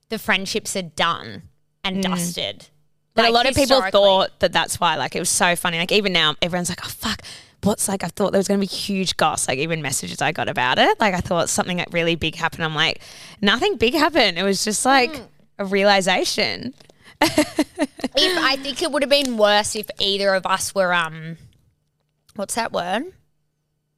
S2: the friendships are done and dusted.
S3: Mm. But
S2: Like,
S3: a lot of people
S2: historically.
S3: thought that that's why. Like, it was so funny. Like, even now, everyone's like, oh, fuck. What's like, I thought there was going to be huge goss. Like, even messages I got about it. Like, I thought something like really big happened. I'm like, nothing big happened. It was just like
S2: Mm.
S3: a realization.
S2: if I think it would have been worse if either of us were um, what's that word?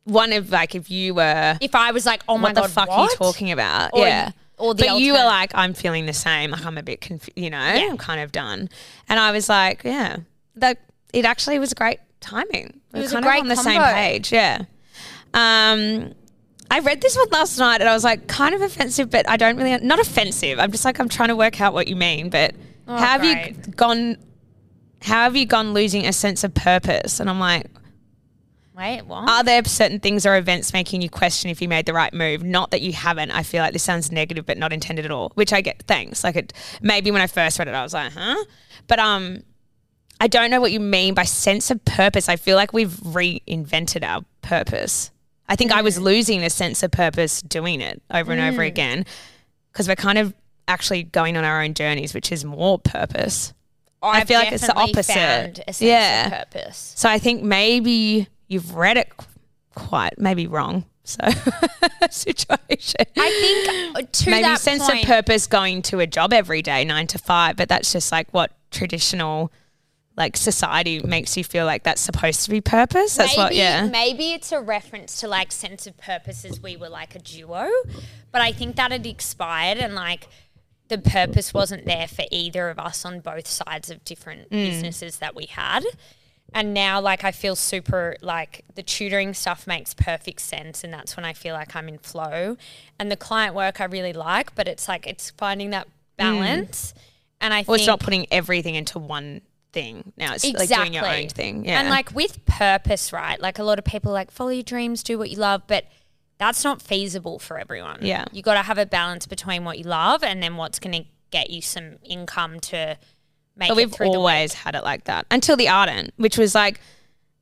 S3: One of like, if you were,
S2: If I was like, oh my
S3: what
S2: god,
S3: the fuck are
S2: what?
S3: you talking about?
S2: Or-
S3: yeah.
S2: or the
S3: but you were
S2: alternate.
S3: like, I'm feeling the same. Like, I'm a bit confused, you know, I'm kind of done. And I was like, yeah, that it actually was great timing. We
S2: was a
S3: were kind
S2: great
S3: of on the same
S2: combo.
S3: page. Yeah. Um, I read this one last night and I was like, kind of offensive, but I don't really, not offensive. I'm just like, I'm trying to work out what you mean, but how have you
S2: Oh, great.
S3: gone, how have you gone losing a sense of purpose? And I'm like,
S2: Wait, what?
S3: are there certain things or events making you question if you made the right move? Not that you haven't. I feel like this sounds negative, but not intended at all. Which I get. Thanks. Like it. Maybe when I first read it, I was like, huh. But um, I don't know what you mean by sense of purpose. I feel like we've reinvented our purpose. I think I was losing a sense of purpose doing it over and over again because we're kind of actually going on our own journeys, which is more purpose.
S2: I've
S3: feel like it's the
S2: definitely
S3: opposite.
S2: found a sense
S3: Yeah.
S2: of purpose.
S3: So I think maybe you've read it qu- quite maybe wrong. So (laughs) situation.
S2: I think uh, to
S3: maybe
S2: that
S3: sense
S2: point,
S3: of purpose going to a job every day, nine to five, but that's just like what traditional like society makes you feel like that's supposed to be purpose. That's
S2: maybe,
S3: what yeah.
S2: maybe it's a reference to like sense of purpose as we were like a duo, but I think that had expired and like the purpose wasn't there for either of us on both sides of different
S3: Mm.
S2: businesses that we had. And now like I feel super like the tutoring stuff makes perfect sense and that's when I feel like I'm in flow. And the client work I really like, but it's like it's finding that balance. And I
S3: Mm. Well,
S2: think
S3: it's not putting everything into one thing. Now it's like doing your own thing. Yeah.
S2: And like with purpose, right? Like a lot of people are like follow your dreams, do what you love, but that's not feasible for everyone.
S3: Yeah.
S2: You got to have a balance between what you love and then what's going to get you some income to make
S3: But
S2: it
S3: we've
S2: through the week.
S3: always had it like that until the Arden, which was like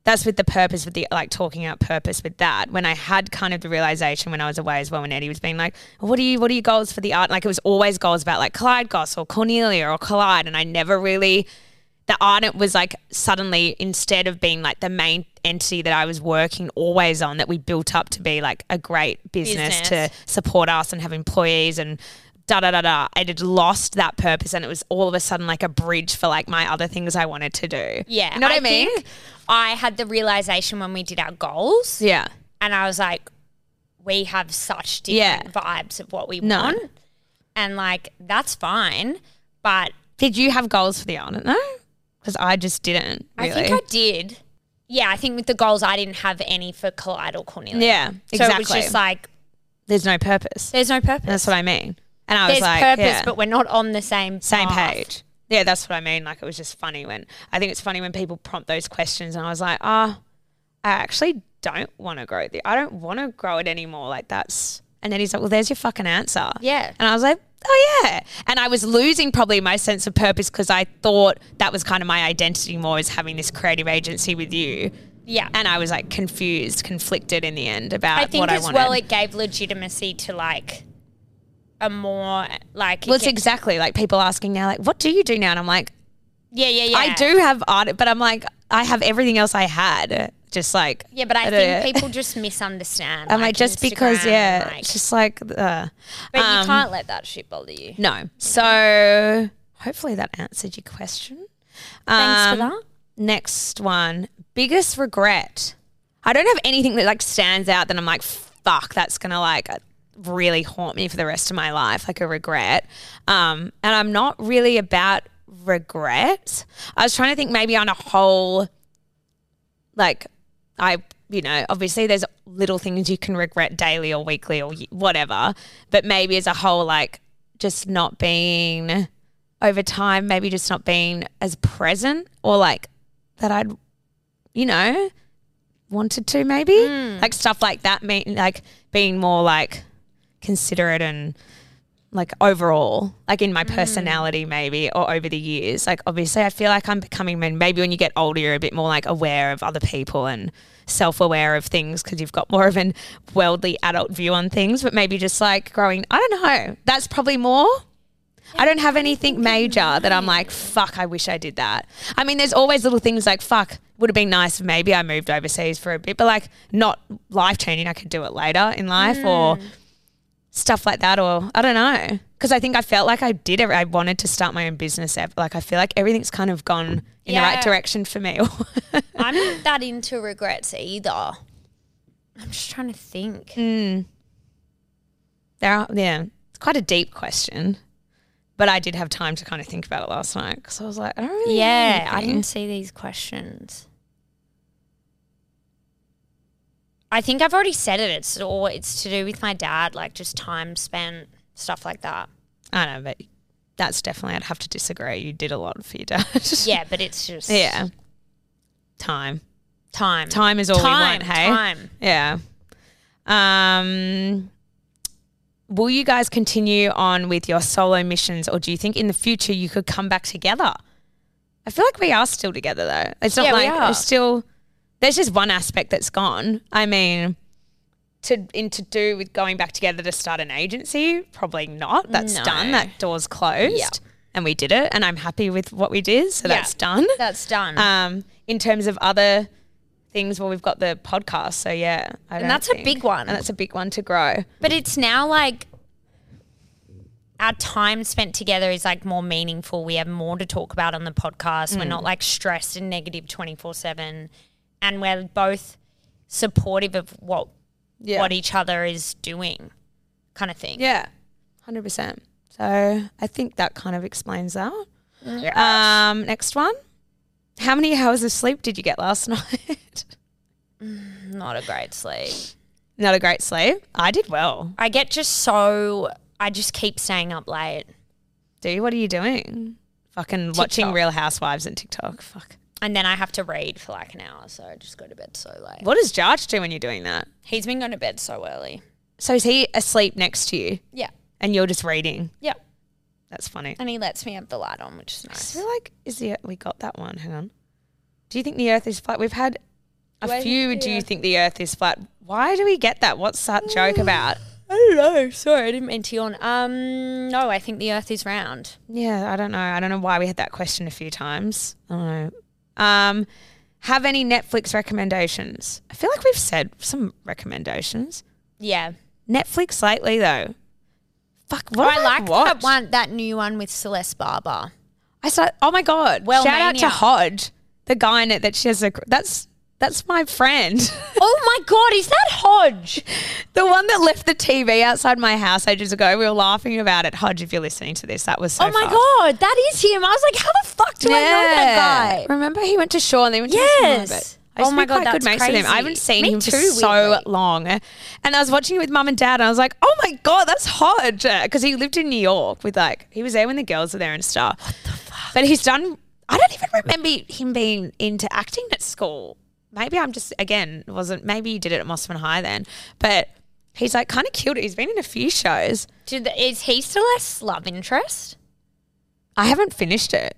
S3: that's with the purpose with the like talking out purpose with that. When I had kind of the realization when I was away as well, when Eddie was being like, "What are you? What are your goals for the art?" Like it was always goals about like Clyde Goss or Cornelia or Collide, and I never really. The Ardent was like suddenly, instead of being like the main entity that I was working always on, that we built up to be like a great business,
S2: Business.
S3: to support us and have employees and da da da da. It had lost that purpose and it was all of a sudden like a bridge for like my other things I wanted to do.
S2: Yeah.
S3: You know what I, mean?
S2: think I had the realization when we did our goals,
S3: Yeah.
S2: and I was like, we have such
S3: Yeah.
S2: different vibes of what we
S3: No.
S2: want. And like, that's fine. But
S3: Did you have goals for the Ardent though? Because I just didn't. Really.
S2: I think I did. Yeah, I think with the goals, I didn't have any for Collide or Cornelia.
S3: Yeah,
S2: So it was
S3: exactly.
S2: just like,
S3: There's no purpose.
S2: there's no purpose.
S3: That's what I mean. And I
S2: There's
S3: was like,
S2: purpose,
S3: yeah.
S2: but we're not on the same
S3: same
S2: path.
S3: page. Yeah, that's what I mean. Like it was just funny when I think it's funny when people prompt those questions, and I was like, ah, I actually don't want to grow the. I don't want to grow it anymore. Like that's. And then he's like, well, there's your fucking answer.
S2: Yeah.
S3: And I was like, oh yeah. And I was losing probably my sense of purpose because I thought that was kind of my identity more as having this creative agency with you.
S2: Yeah.
S3: And I was like confused, conflicted in the end about
S2: I think
S3: what
S2: as
S3: I wanted.
S2: well, it gave legitimacy to like a more like
S3: well, it's
S2: yeah,
S3: exactly like people asking now, like, what do you do now? And I'm like,
S2: yeah, yeah, yeah.
S3: I do have art, but I'm like, I have everything else I had. Just like,
S2: Yeah, but I
S3: don't
S2: think
S3: know. (laughs)
S2: people just misunderstand.
S3: I'm like, just because,
S2: Instagram
S3: yeah,
S2: and, like-
S3: it's just like, uh,
S2: but
S3: um,
S2: you can't let that shit bother you.
S3: no. So hopefully that answered your question.
S2: Thanks for
S3: Um,
S2: that.
S3: Next one, biggest regret. I don't have anything that like stands out that I'm like, fuck, that's gonna like really haunt me for the rest of my life, like a regret. Um, and I'm not really about regret. I was trying to think maybe on a whole, like, I, you know, obviously there's little things you can regret daily or weekly or y- whatever, but maybe as a whole, like, just not being over time, maybe just not being as present or like that I'd, you know, wanted to maybe like stuff like that mean like being more like considerate and like overall like in my personality maybe or over the years like obviously i feel like i'm becoming men maybe when you get older you're a bit more like aware of other people and self-aware of things because you've got more of an worldly adult view on things but maybe just like growing i don't know that's probably more I don't have anything major that I'm like, fuck, I wish I did that. I mean, there's always little things like, fuck, would have been nice if maybe I moved overseas for a bit, but like not life changing. I could do it later in life or
S2: Mm.
S3: stuff like that. Or I don't know. Cause I think I felt like I did, ev- I wanted to start my own business. ev- Like, I feel like everything's kind of gone in the
S2: Yeah.
S3: right direction for me. (laughs)
S2: I'm not that into regrets either. I'm just trying to think.
S3: Mm. there are, yeah, it's quite a deep question. But I did have time to kind of think about it last night because I was like, I don't really. have
S2: Yeah, I
S3: anything.
S2: didn't see these questions. I think I've already said it. It's all it's to do with my dad, like just time spent, stuff like that.
S3: I know, but that's definitely, I'd have to disagree. You did a lot for your dad. (laughs)
S2: Yeah, but it's just
S3: yeah. Time.
S2: time.
S3: Time is all
S2: Time.
S3: we want, hey?
S2: Time.
S3: Yeah. Um, will you guys continue on with your solo missions or do you think in the future you could come back together? I feel like we are still together though. It's not
S2: Yeah, we
S3: like
S2: are.
S3: we're still, there's just one aspect that's gone. I mean, to, in to do with going back together to start an agency, probably not. That's
S2: No.
S3: done. That door's closed. And we did it. And I'm happy with what we did. So
S2: Yeah.
S3: that's done
S2: That's done.
S3: um, in terms of other things, well, we've got the podcast. So yeah, I don't
S2: that's a
S3: think-
S2: big one.
S3: and that's a big one to grow.
S2: But it's now like our time spent together is like more meaningful. We have more to talk about on the podcast.
S3: Mm.
S2: We're not like stressed and negative 24 7. And we're both supportive of what
S3: Yeah,
S2: what each other is doing, kind of thing.
S3: yeah, hundred percent. So I think that kind of explains that.
S2: Yeah.
S3: Um, next one. How many hours of sleep did you get last (laughs) night?
S2: not a great sleep.
S3: Not a great sleep. I did well.
S2: I get just so, I just keep staying up late.
S3: Do you? What are you doing? Fucking watching
S2: TikTok.
S3: Real Housewives and TikTok. Fuck.
S2: And then I have to read for like an hour. So I just go to bed so late.
S3: What does Jarge do when you're doing that?
S2: He's been going to bed so early.
S3: So is he asleep next to you
S2: Yeah.
S3: and you're just reading?
S2: Yeah.
S3: That's funny.
S2: And he lets me have the light on, which is
S3: I
S2: nice.
S3: feel like is the we got that one. Hang on. Do you think the Earth is flat? We've had a
S2: Do I
S3: few.
S2: think the
S3: do you
S2: Earth-
S3: think the Earth Mm. is flat? Why do we get that? What's that joke about?
S2: I don't know. Sorry, I didn't mean to yawn. Um, no, I think the Earth is round.
S3: Yeah, I don't know. I don't know why we had that question a few times. I don't know. Um, have any Netflix recommendations? I feel like we've said some recommendations.
S2: Yeah,
S3: Netflix lately though. Fuck,
S2: oh,
S3: what
S2: I like that
S3: watched?
S2: one, that new one with Celeste
S3: (laughs)
S2: Barber.
S3: I saw. Oh my god! Well, shout out
S2: Wellmania.
S3: to Hodge, the guy in it that she has a. That's that's my friend. (laughs)
S2: oh my God, is that Hodge?
S3: The one that left the TV outside my house ages ago, we were laughing about it. Hodge, if you're listening to this, that was so
S2: oh my
S3: fast.
S2: God, that is him. I was like, how the fuck do I know that guy?
S3: Remember he went to Shaw and they went to
S2: Yes.
S3: yes. I used
S2: Oh
S3: to
S2: my
S3: be
S2: God,
S3: quite good
S2: that's
S3: mates with him. I haven't
S2: crazy.
S3: seen
S2: Me
S3: him for
S2: too,
S3: so
S2: weirdly.
S3: long. And I was watching it with mum and dad and I was like, oh my God, that's Hodge. Because he lived in New York with like, he was there when the girls were there and stuff. What the fuck? But he's done, I don't even remember him being into acting at school. Maybe I'm just, again, wasn't, maybe he did it at Mossman High then. But he's like kind of killed it. He's been in a few shows.
S2: Did the, is he Celeste's love interest?
S3: I haven't finished it.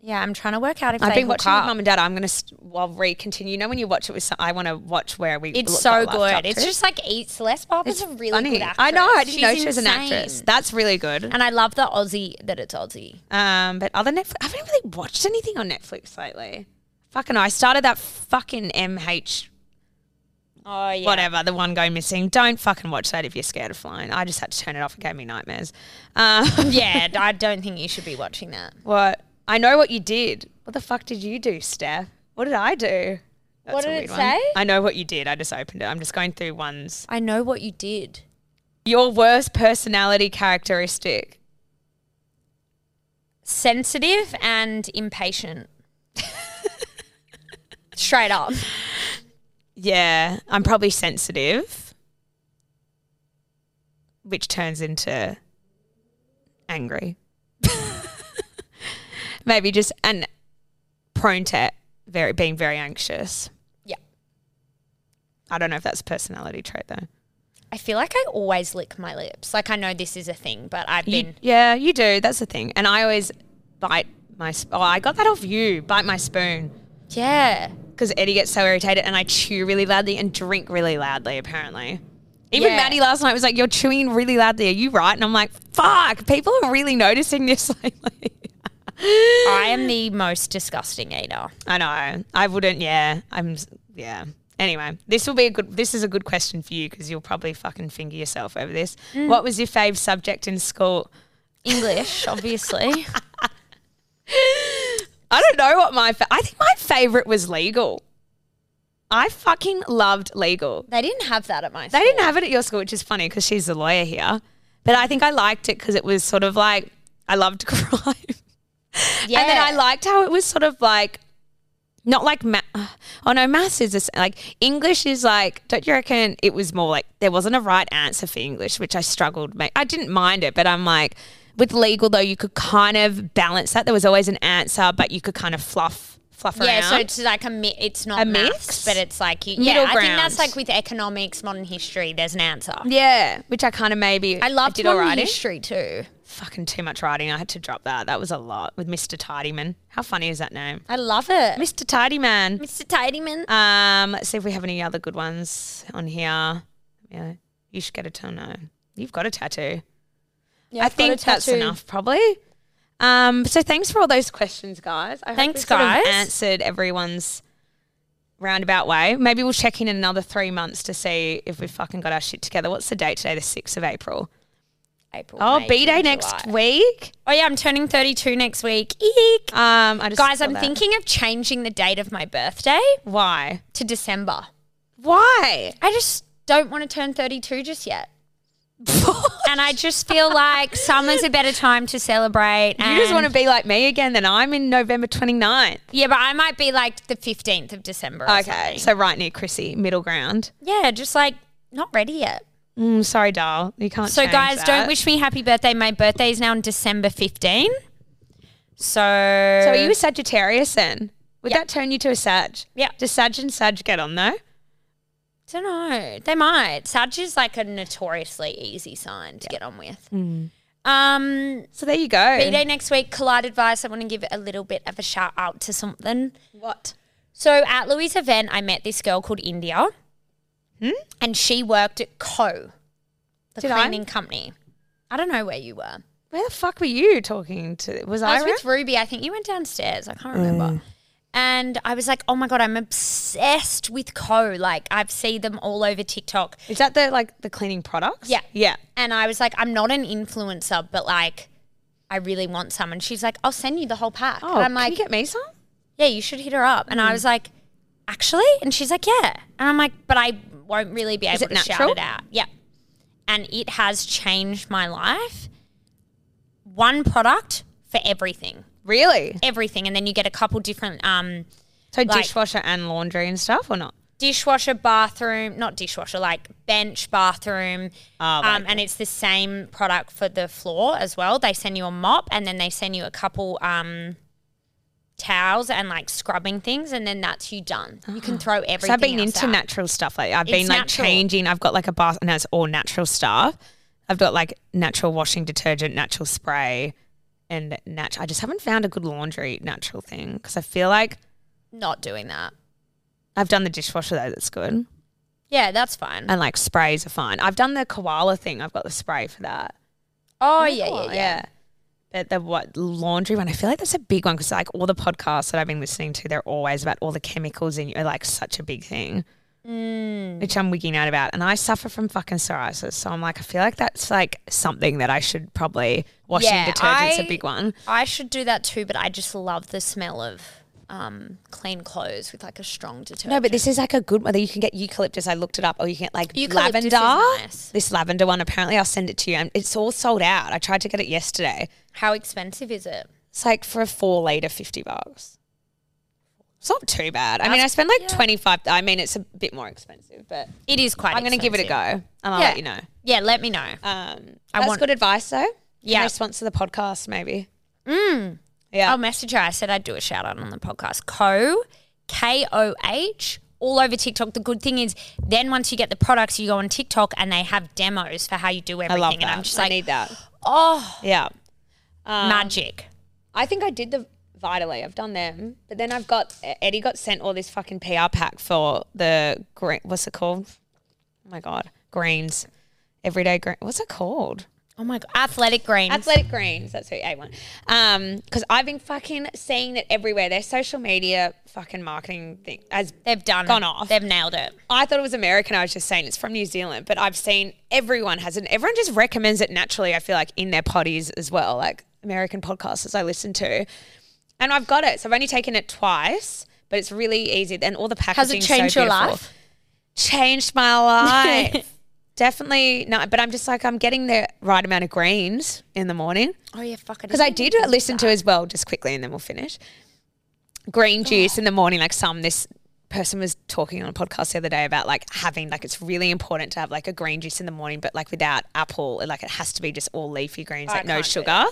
S2: Yeah, I'm trying to work out if
S3: I've
S2: they
S3: been
S2: hook
S3: watching
S2: up.
S3: with mum and dad. I'm gonna st- well re-continue. You know when you watch it with some, I want to watch where we.
S2: It's
S3: look
S2: so
S3: what life up
S2: good. It's
S3: to.
S2: just like eat Celeste Barber's
S3: It's
S2: a really
S3: funny.
S2: good actress.
S3: I know. I didn't
S2: She's
S3: know she was an
S2: insane.
S3: actress. That's really good.
S2: And I love the Aussie that it's Aussie.
S3: Um, but other Netflix, I haven't really watched anything on Netflix lately. Fucking, I started that fucking MH
S2: Oh yeah.
S3: whatever the one go missing. Don't fucking watch that if you're scared of flying. I just had to turn it off. It gave me nightmares. Um,
S2: (laughs) Yeah, I don't think you should be watching that.
S3: what? I know what you did. What the fuck did you do, Steph? What did I do? That's
S2: What
S3: a
S2: did it
S3: weird one.
S2: say?
S3: I know what you did. I just opened it. I'm just going through ones.
S2: I know what you did.
S3: Your worst personality characteristic.
S2: Sensitive and impatient. (laughs) Straight up.
S3: Yeah, I'm probably sensitive, which turns into angry. (laughs) Maybe just and prone to very being very anxious.
S2: Yeah.
S3: I don't know if that's a personality trait though.
S2: I feel like I always lick my lips. Like I know this is a thing, but I've
S3: You-
S2: been
S3: yeah, you do. That's the thing. And I always bite my. Sp- oh, I got that off you. Bite my spoon
S2: yeah.
S3: because Eddie gets so irritated, and I chew really loudly and drink really loudly. Apparently, even
S2: Yeah.
S3: Maddie last night was like, "You're chewing really loudly. Are you right?" And I'm like, "Fuck! People are really noticing this (laughs) lately."
S2: I am the most disgusting eater.
S3: I know. I wouldn't. Yeah. I'm. s- Yeah. Anyway, this will be a good. This is a good question for you because you'll probably fucking finger yourself over this. What was your fave subject in school?
S2: English, obviously.
S3: I don't know what my. Fa- I think my favorite was legal. I fucking loved legal.
S2: (laughs) they didn't have that at my
S3: They
S2: school.
S3: didn't have it at your school, which is funny because she's a lawyer here. But I think I liked it because it was sort of like I loved (laughs) crime,
S2: Yeah.
S3: and then I liked how it was sort of like. Not like math. Oh no, maths is this, like English is like. Don't you reckon it was more like there wasn't a right answer for English, which I struggled. Make I didn't mind it, but I'm like with legal though, you could kind of balance that. There was always an answer, but you could kind of fluff fluff
S2: yeah,
S3: around.
S2: so it's like a mi- it's not
S3: A
S2: maths,
S3: mix?
S2: but it's like you, yeah.
S3: Middle
S2: I think that's
S3: ground.
S2: like with economics, modern history. There's an answer.
S3: Yeah, which I kind of maybe
S2: I loved
S3: did all
S2: modern
S3: writing.
S2: history too.
S3: Fucking too much writing. I had to drop that. That was a lot with Mr. Tidyman. How funny is that name,
S2: I love it, Uh,
S3: Mr. Tidyman?
S2: Mr. Tidyman.
S3: Um, let's see if we have any other good ones on here. Yeah, you should get a tattoo. No, you've got a tattoo.
S2: Yeah,
S3: I think that's enough, probably. Um, so thanks for all those questions, guys. I
S2: Thanks,
S3: hope we sort of
S2: guys.
S3: answered everyone's roundabout way. Maybe we'll check in in another three months to see if we've fucking got our shit together. What's the date today? The sixth of April.
S2: April.
S3: Oh,
S2: May,
S3: B Day
S2: June,
S3: next
S2: July.
S3: week.
S2: Oh yeah, I'm turning 32 next week. Eek.
S3: Um, I just
S2: Guys,
S3: saw
S2: I'm
S3: that.
S2: thinking of changing the date of my birthday
S3: why?
S2: to December.
S3: (laughs) Why?
S2: I just don't want to turn 32 just yet. and I just feel like summer's a better time to celebrate.
S3: You just want to be like me again. Then I'm in November 29th.
S2: Yeah, but I might be like the 15th of December. Or
S3: Okay, so right near Chrissy, middle ground.
S2: Yeah, just like not ready yet.
S3: Mm, sorry, doll, you can't.
S2: So,
S3: change
S2: guys,
S3: that.
S2: don't wish me happy birthday. My birthday is now on December 15. So,
S3: So are you a Sagittarius then? Would
S2: Yeah.
S3: that turn you to a Sag?
S2: Yeah.
S3: Does Sag and Sag get on though?
S2: don't know. They might. Sag is like a notoriously easy sign to get on with. Um,
S3: So there you go.
S2: B Day next week, Collide Advice. I want to give a little bit of a shout out to something.
S3: What?
S2: So at Louis' event, I met this girl called India, and she worked at Co, the
S3: Hmm? Did I?
S2: cleaning company. I don't know where you were.
S3: Where the fuck were you talking to? Was
S2: I
S3: I?
S2: was with Ruby. I think you went downstairs. I can't
S3: Mm.
S2: remember. And I was like, oh my god, I'm obsessed with Co. Like I've seen them all over TikTok.
S3: Is that the like the cleaning products?
S2: Yeah.
S3: Yeah.
S2: And I was like, I'm not an influencer, but like, I really want some. And she's like, I'll send you the whole pack.
S3: Oh,
S2: and I'm
S3: can
S2: like,
S3: you get me some?
S2: yeah, you should hit her up.
S3: Mm-hmm.
S2: And I was like, actually? And she's like, yeah. And I'm like, but I won't really be able
S3: it
S2: to shout
S3: natural?
S2: it out. Yeah. And it has changed my life. One product for everything,
S3: Really?
S2: everything. And then you get a couple different um,
S3: So
S2: Like-
S3: dishwasher and laundry and stuff, or not?
S2: dishwasher, bathroom, not dishwasher, like bench, bathroom.
S3: Oh,
S2: um, and it's the same product for the floor as well. They send you a mop and then they send you a couple um, towels and like scrubbing things. And then that's you done. You can throw everything.
S3: Ah. So I've been
S2: else
S3: into
S2: out.
S3: natural stuff. Like I've
S2: It's
S3: been like
S2: natural.
S3: changing. I've got like a bath, and it's all natural stuff. I've got like natural washing detergent, natural spray, and natural. I just haven't found a good laundry natural thing because I feel like
S2: Not doing that.
S3: I've done the dishwasher though. That's good,
S2: Yeah, that's fine.
S3: and like sprays are fine. I've done the koala thing. I've got the spray for that.
S2: oh, yeah, yeah, yeah.
S3: But the what laundry one, I feel like that's a big one because like all the podcasts that I've been listening to, they're always about all the chemicals in you, are like such a big thing, which I'm wigging out about. And I suffer from fucking psoriasis, so I'm like, I feel like that's like something that I should probably washing
S2: Yeah,
S3: detergent's a
S2: I-
S3: big one.
S2: I should do that too, but I just love the smell of um, clean clothes with like a strong detergent.
S3: No, but this is like a good one. You can get eucalyptus. I looked it up, or you can get like
S2: Eucalyptus is
S3: lavender.
S2: nice.
S3: This lavender one, apparently, I'll send it to you. And It's all sold out. I tried to get it yesterday.
S2: How expensive is it?
S3: It's like for a four liter, fifty bucks. It's not too bad. I mean, I spend like twenty five. I mean, it's a bit more expensive, but
S2: It is quite.
S3: I'm going to give it a go, and I'll
S2: Yeah.
S3: let you know.
S2: Yeah, let me know.
S3: Um,
S2: I
S3: that's
S2: want-
S3: good advice, though. Can
S2: Yeah. Mm.
S3: they sponsor the podcast, maybe.
S2: I'll message her. I said I'd do a shout out on the podcast. Co K O H all over TikTok. The good thing is, then once you get the products, you go on TikTok and they have demos for how you do
S3: I
S2: everything.
S3: love
S2: and
S3: that.
S2: I'm just
S3: I
S2: like,
S3: need Um, that.
S2: oh,
S3: Yeah,
S2: magic.
S3: I think I did the Vitally. I've done them, but then I've got E-, Eddie got sent all this fucking PR pack for the green. What's it called? Oh my god, greens. Everyday green. What's it called?
S2: Oh my god, athletic greens.
S3: Athletic Greens. That's who A1. Um, because I've been fucking seeing it everywhere. Their social media fucking marketing thing has
S2: They've done
S3: gone off.
S2: They've nailed it.
S3: I thought it was American. I was just saying it's from New Zealand, but I've seen everyone has it. Everyone just recommends it naturally. I feel like in their potties as well, like American podcasters I listen to, and I've got it. So I've only taken it twice, but it's really easy. And all the
S2: Has
S3: packaging
S2: it changed your life?
S3: Changed my
S2: (laughs)
S3: life. Definitely not, but I'm just like I'm getting the right amount of greens in the morning.
S2: Oh yeah, fuck it.
S3: Because I did listen to as well, just quickly, and then we'll finish.
S2: Oh.
S3: Green juice in the morning, like some this person was talking on a podcast the other day about like having like it's really important to have like a green juice in the morning, but like without apple, like it has to be just all leafy greens, like no
S2: can't do
S3: sugar. And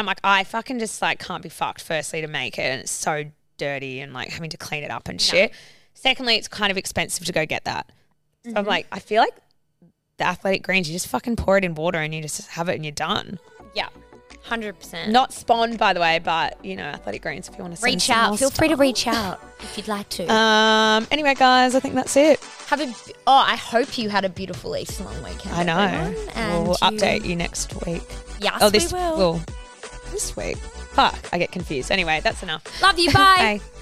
S3: I'm like, I fucking just like can't be fucked. Firstly, to make it, and it's so dirty, and like having to clean it up and shit. Secondly, it's kind of expensive to go get that. So
S2: Mm-hmm.
S3: I'm like, I feel like the athletic greens, you just fucking pour it in water and you just have it and you're done.
S2: Yeah, hundred percent.
S3: Not spawn, by the way, but you know, athletic greens if you want to
S2: reach out. Feel free to reach out if you'd like to.
S3: Um. Anyway, guys, I think that's it.
S2: have a. b- Oh, I hope you had a beautiful Easter long weekend.
S3: I know.
S2: everyone, and
S3: we'll
S2: you-
S3: update you next week.
S2: Yes,
S3: oh, this
S2: we will.
S3: well, this week. Fuck, I get confused. Anyway, that's enough.
S2: Love you. Bye.
S3: (laughs) Bye.